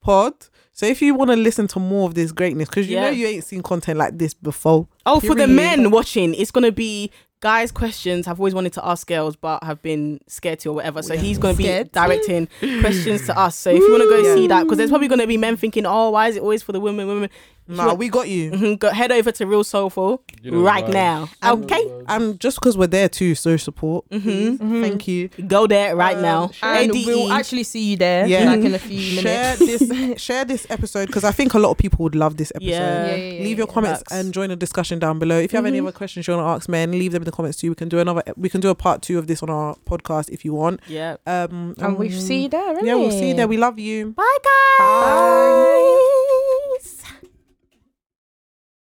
pod. So if you want to listen to more of this greatness, because you
Yeah.
know you ain't seen content like this before.
Oh, for the
Period.
men watching, it's gonna be guys' questions. I've always wanted to ask girls, but have been scared to or whatever. So he's gonna be
Scared.
(laughs)
directing questions to us. So if you wanna go
Woo.
see that, because there's probably gonna be men thinking, "Oh, why is it always for the women? Women." If you
Nah,
want-
we got you.
Mhm, go head over to Real Soulful
You know the
right
vibes.
now.
And-
Okay,
Um, just because we're there too, so support.
Mhm.
Please. Thank you.
go there right now. E.
And
ADE.
we'll actually see you there
Yeah.
like in a few
Share
minutes.
(laughs) this, share this episode because I think a lot of people would love this episode.
Yeah.
Leave your comments
Facts.
and join the discussion down below. If you have any
Mhm.
other questions you want to ask, men, leave them in the comments too. We can do another. e, We can do a part two of this on our podcast if you want.
yeah.
Um,
(laughs) And we see you there,
Yeah, we'll see you there.
innit?
We love you.
Bye, guys.
Bye.